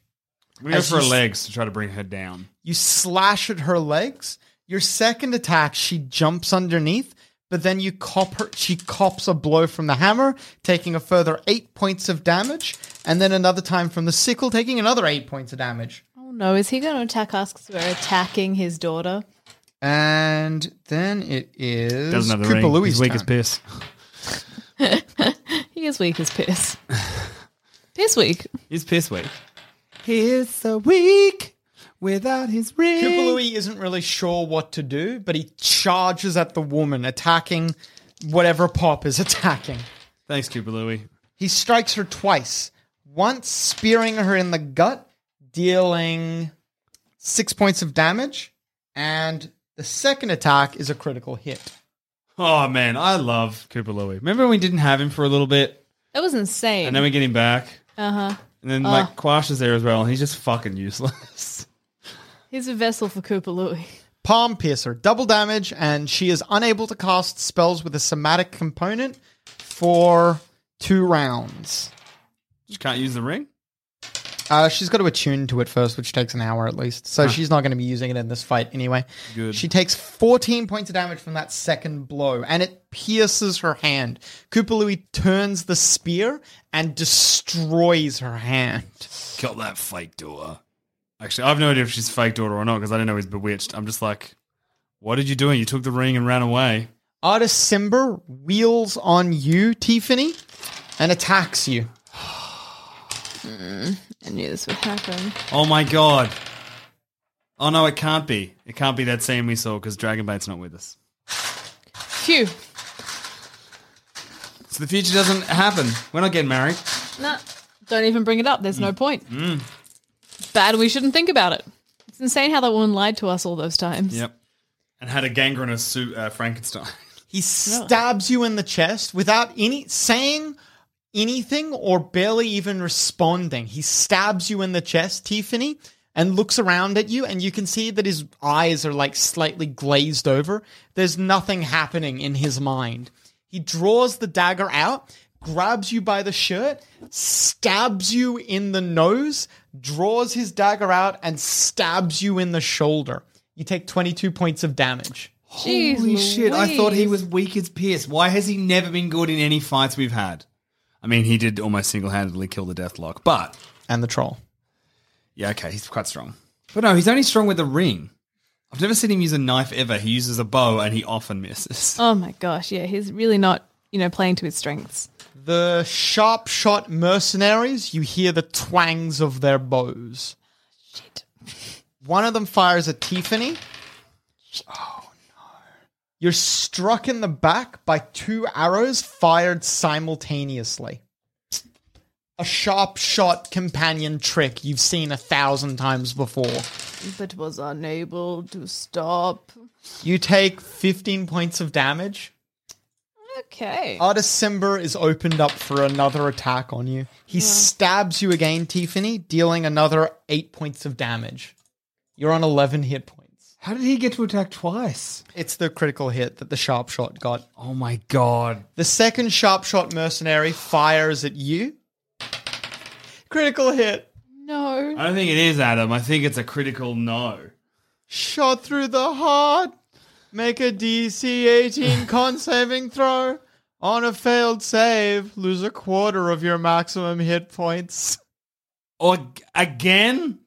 C: We go
D: As
C: for her
D: you s-
C: legs to try to bring her down.
D: You slash at her legs. Your second attack, she jumps underneath, but then you cop her. She cops a blow from the hammer, taking a further eight points of damage, and then another time from the sickle, taking another eight points of damage.
E: oh no, is he going to attack us because we're attacking his daughter?
D: And then it is
C: Doesn't have the
D: Cooper
C: ring.
D: Louis'
C: He's weak
D: turn.
C: as piss.
E: He is weak as
C: <laughs>
E: piss. piss weak.
C: He's piss weak. He is so weak without his ring.
D: Cooper Louis isn't really sure what to do, but he charges at the woman, attacking whatever Pop is attacking.
C: Thanks, Cooper Louis.
D: He strikes her twice, once spearing her in the gut, dealing six points of damage, and the second attack is a critical hit.
C: Oh man, I love Cooper Louie. Remember when we didn't have him for a little bit,
E: That was insane.
C: and then we get him back,
E: uh huh.
C: and then like Quash is there as well, and he's just fucking useless. <laughs>
E: Here's a vessel for Cooper Louie.
D: Palm Piercer, double damage, and she is unable to cast spells with a somatic component for two rounds.
C: Just can't use the ring.
D: Uh, she's got to attune to it first, which takes an hour at least. So she's not going to be using it in this fight anyway.
C: Good.
D: She takes 14 points of damage from that second blow, and it pierces her hand. Koopalui turns the spear and destroys her hand.
F: Kill that fake door.
C: Actually, I've no idea if she's faked daughter or not because I didn't know he's bewitched. I'm just like, what did you do? You took the ring and ran away.
D: Artist Simber wheels on you, Tiffany, and attacks you.
E: I knew this would happen.
C: Oh my god. Oh no, it can't be. It can't be that scene we saw because Dragonbait's not with us.
E: Phew.
C: So the future doesn't happen. We're not getting married.
E: No, don't even bring it up. There's no point. Bad. We shouldn't think about it. It's insane how that woman lied to us all those times.
C: Yep. And had a gangrenous suit, uh, Frankenstein. <laughs>
D: He stabs you in the chest without any saying anything or barely even responding. He stabs you in the chest, Tiffany, and looks around at you, and you can see that his eyes are like slightly glazed over. There's nothing happening in his mind. He draws the dagger out, grabs you by the shirt, stabs you in the nose, draws his dagger out, and stabs you in the shoulder. You take 22 points of damage.
E: Jeez
C: Holy shit! I thought he
E: Louise.
C: was weak as Pierce. Why has he never been good in any fights we've had? I mean, he did almost single-handedly kill the Deathlock, but
D: And the troll.
C: yeah, okay, he's quite strong. But no, he's only strong with a ring. I've never seen him use a knife ever. He uses a bow, and he often misses. <laughs>
E: Oh my gosh. Yeah, he's really not, you know, playing to his strengths.
D: The sharp shot mercenaries, you hear the twangs of their bows.
E: Shit.
D: One of them fires at Tiffany. Oh no. You're struck in the back by two arrows fired simultaneously. A sharp shot companion trick you've seen a thousand times before.
E: But was unable to stop.
D: You take 15 points of damage.
E: Okay.
D: Artist Simber is opened up for another attack on you. He stabs you again, Tiffany, dealing another eight points of damage. You're on 11 hit points.
C: How did he get to attack twice?
D: It's the critical hit that the sharp shot got.
C: Oh my god!
D: The second sharp shot mercenary fires at you. Critical hit.
E: no.
C: I don't think it is Adam. I think it's a critical no.
D: Shot through the heart. Make a DC 18 con saving throw. On a failed save, lose a quarter of your maximum hit points.
C: Or again?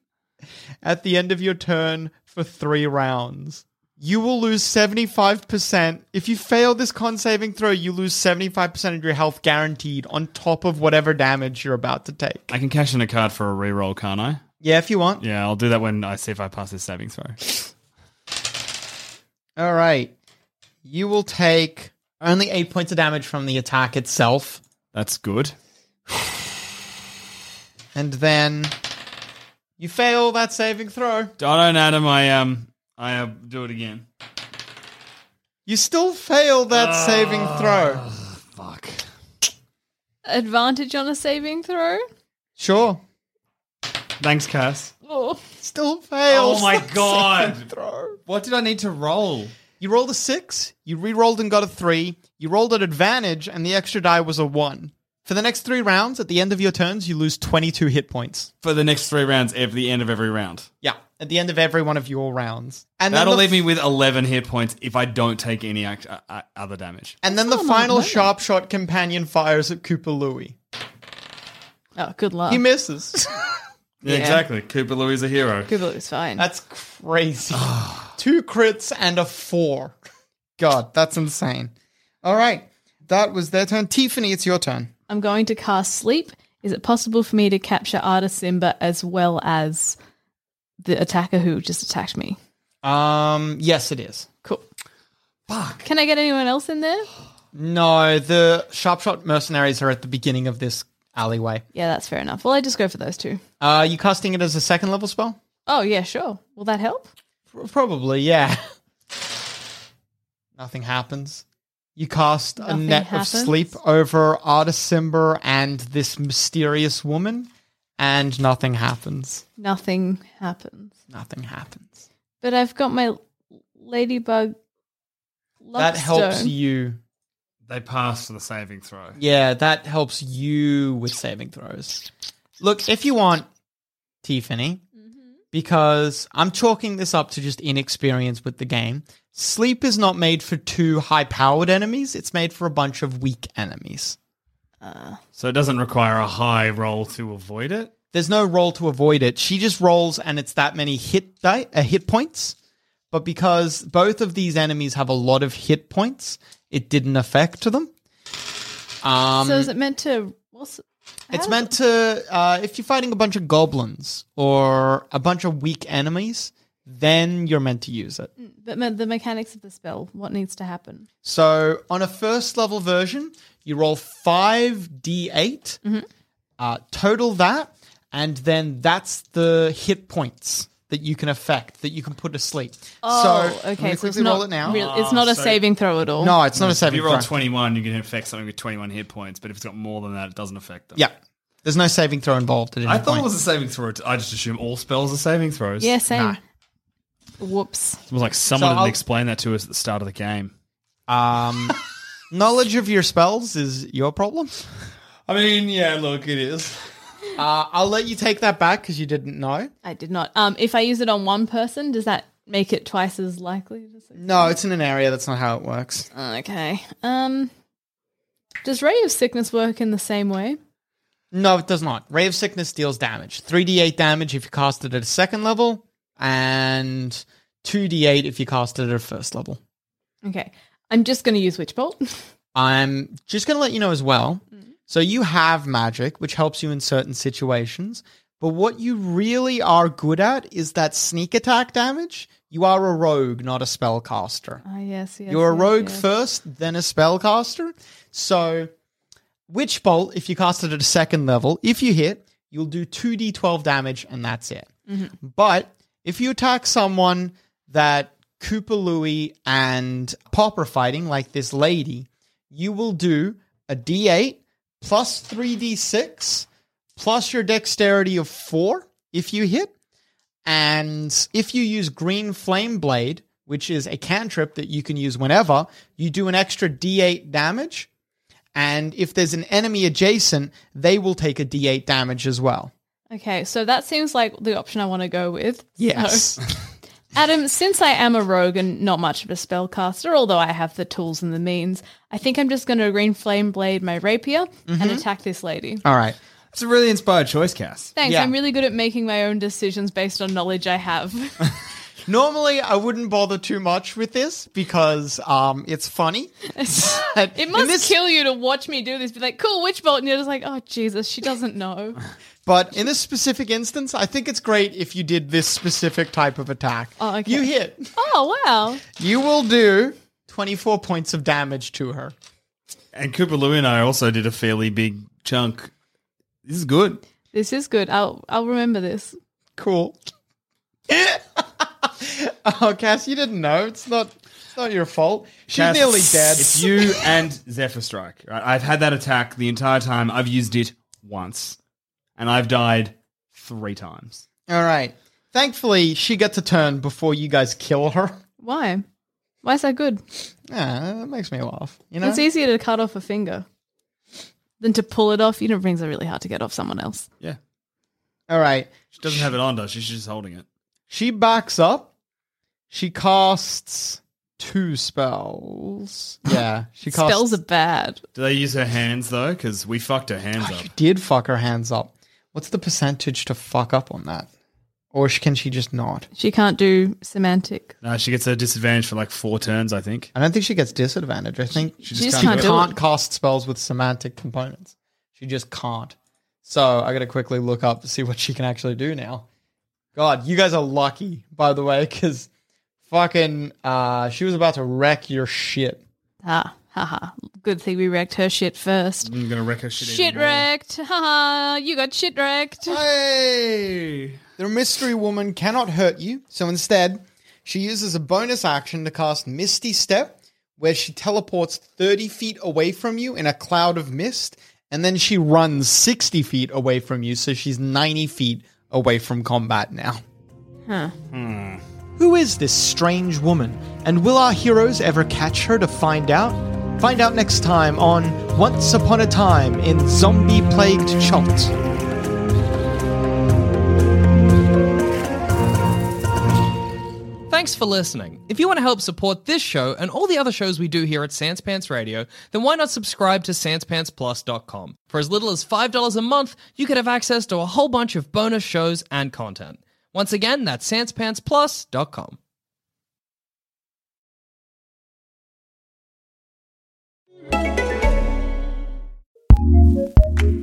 D: at the end of your turn for three rounds. You will lose 75%. If you fail this con saving throw, you lose 75% of your health guaranteed on top of whatever damage you're about to take.
C: I can cash in a card for a reroll, can't I?
D: Yeah, if you want.
C: Yeah, I'll do that when I see if I pass this saving throw.
D: All right. You will take only eight points of damage from the attack itself.
C: That's good.
D: And then you fail that saving throw.
C: Dono and Adam, I um, I uh, do it again.
D: You still fail that
C: Ah.
D: saving throw.
C: Fuck.
E: Advantage on a saving throw.
D: Sure.
C: Thanks, Cass.
E: Oh.
D: Still fails.
C: Oh my <laughs>
D: that
C: God.
D: saving Throw.
C: What did I need to roll?
D: You rolled a six, you re rolled and got a three, you rolled at advantage, and the extra die was a one. For the next three rounds, at the end of your turns, you lose 22 hit points.
C: For the next three rounds, at the end of every round.
D: Yeah. At the end of every one of your rounds. And then
C: That'll
D: the-
C: leave me with 11 hit points if I don't take any act- uh, uh, other damage.
D: And then the final sharp shot companion fires at Cooper Louie.
E: Oh, good luck.
D: He misses.
C: Yeah, exactly. Cooper Louis is a hero.
E: Cooper Louie's fine.
D: that's crazy. Two crits and a four. God, that's insane. All right. That was their turn. Tiffany, it's your turn.
E: I'm going to cast sleep. Is it possible for me to capture Artist Simba as well as the attacker who just attacked me?
D: Um, yes, it is.
E: Cool. Fuck. Can I get anyone else in there?
D: No, the sharpshot mercenaries are at the beginning of this alleyway.
E: Yeah, that's fair enough. Well, I just go for those two.
D: Uh, are you casting it as a second level spell?
E: Oh, yeah, sure. Will that help?
D: <laughs> P- probably, yeah. Nothing happens. You cast a
E: Nothing
D: net of
E: happens.
D: sleep over Artisimber and this mysterious woman, and nothing happens.
E: Nothing happens.
D: Nothing happens.
E: But I've got my ladybug.
D: That helps
E: Luckstone.
D: you.
C: They pass the saving throw.
D: Yeah, that helps you with saving throws. Look, if you want, Tiffany, because I'm chalking this up to just inexperience with the game. Sleep is not made for two high powered enemies, it's made for a bunch of weak enemies.
C: So it doesn't require a high roll to avoid it.
D: There's no roll to avoid it. She just rolls and it's that many hit die, uh, hit points. But because both of these enemies have a lot of hit points, it didn't affect them. Um,
E: so is it meant to? What's, how
D: It's
E: does
D: meant to, uh, if you're fighting a bunch of goblins or a bunch of weak enemies, then you're meant to use it.
E: it- but me- the mechanics of the spell. What needs to happen?
D: So on a first level version, you roll 5d8,
E: Mm-hmm.
D: uh, total that, and then that's the hit points that you can affect, that you can put to sleep.
E: Oh,
D: so Let
E: okay.
D: me
E: so it's
D: quickly
E: not
D: roll it now.
E: real- it's not a saving throw at all.
D: No, it's not a
C: If
D: saving
C: you roll
D: throw.
C: 21, you can affect something with 21 hit points, but if it's got more than that, it doesn't affect them.
D: Yeah. There's no saving throw involved at any
C: I thought
D: point.
C: it was a saving throw. I just assume all spells are saving throws.
E: Yeah, same. Whoops.
C: It was like someone
D: So
C: didn't
D: I'll-
C: explain that to us at the start of the game. <laughs>
D: um, knowledge of your spells is your problem.
C: I mean, yeah, look, it is.
D: Uh, I'll let you take that back because you didn't know.
E: I did not. Um, if I use it on one person, does that make it twice as likely? to succeed?
D: No, it's in an area. That's not how it works.
E: Okay. Um, does ray of sickness work in the same way?
D: No, it does not. Ray of Sickness deals damage. 3d8 damage if you cast it at a second level, and 2d8 if you cast it at a first level.
E: Okay. I'm just going to use witch bolt.
D: I'm just going to let you know as well. So you have magic, which helps you in certain situations. But what you really are good at is that sneak attack damage. You are a rogue, not a spellcaster.
E: Ah, yes, yes.
D: You're a
E: yes,
D: rogue
E: yes.
D: first, then a spellcaster. So, Witch Bolt, if you cast it at a second level, if you hit, you'll do 2d12 damage and that's it.
E: Mm-hmm.
D: But if you attack someone that Koopa Louie and Pop are fighting, like this lady, you will do a d8 plus 3d6 plus your dexterity of 4 if you hit. And if you use Green Flame Blade, which is a cantrip that you can use whenever, you do an extra d8 damage. And if there's an enemy adjacent, they will take a d8 damage as well.
E: Okay, so that seems like the option I want to go with.
D: Yes.
E: Adam, since I am a rogue and not much of a spellcaster, although I have the tools and the means, I think I'm just going to green flame blade my rapier and
D: Mm-hmm.
E: attack this lady.
D: <laughs> All right.
C: It's a really inspired choice, Cass.
E: Thanks.
D: Uh, Yeah.
E: I'm really good at making my own decisions based on knowledge I
D: <laughs>
E: have.
D: Normally, I wouldn't bother too much with this because um, it's
E: <laughs>
D: funny.
E: it must kill you to watch me do this. Be like, cool, witch bolt, and you're just like, oh Jesus, she doesn't
D: <laughs>
E: know.
D: But in this specific instance, I think it's great if you did this specific type of attack.
E: Oh, okay.
D: You hit.
E: oh wow.
D: You will do 24 points of damage to her.
C: And Cooper Lou and I also did a fairly big chunk. This is good.
E: This is good. I'll I'll remember this.
D: Cool. <laughs> oh, Cass, you didn't know. It's not. It's not your fault. She's
C: Cass,
D: nearly dead.
C: It's you and Zephyr Strike. Right? I've had that attack the entire time. I've used it once, and I've died three times.
D: All right. Thankfully, she gets a turn before you guys kill her.
E: Why? Why is that good?
D: Yeah, Ah, that makes me laugh. You know.
E: It's easier to cut off a finger than to pull it off. You know, rings are really hard to get off someone else.
C: Yeah.
D: All right.
C: She doesn't have it on, does she? She's just holding it.
D: She backs up. She casts two spells. Yeah, <laughs> she casts
E: Spells are bad.
C: Do they use her hands, though? Because we fucked her hands up.
D: She did fuck her hands up. What's the percentage to fuck up on that? Or sh- can she just not?
E: She can't do semantic.
C: No, she gets a disadvantage for like four turns, I think.
D: I don't think she gets disadvantage. I think she,
E: She just,
C: just
E: can't,
C: can't
E: do
D: can't
E: it.
D: cast spells with semantic components. She just can't. So I gotta quickly look up to see what she can actually do now. God, you guys are lucky, by the way, because fucking uh she was about to wreck your shit.
E: Ha ha ha. Good thing we wrecked her shit first.
C: I'm going to wreck her shit. even
E: Shit
C: more.
E: wrecked. Ha ha. You got shit wrecked.
D: Hey! The mystery woman cannot hurt you, so instead, she uses a bonus action to cast Misty Step, where she teleports 30 feet away from you in a cloud of mist, and then she runs 60 feet away from you, so she's 90 feet away from combat now. Hmm.
E: Huh.
D: Who is this strange woman, and will our heroes ever catch her to find out? Find out next time on Once Upon a Time in Zombie Plagued Chult.
B: Thanks for listening. If you want to help support this show and all the other shows we do here at Sans Pants Radio, then why not subscribe to SansPantsPlus.com? For as little as $5 a month, you could have access to a whole bunch of bonus shows and content. Once again, that's SansPantsPlus.com.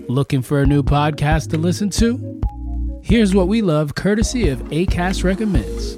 G: Looking for a new podcast to listen to? Here's what we love courtesy of ACAST Recommends.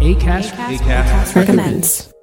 G: ACAST,
H: recommends.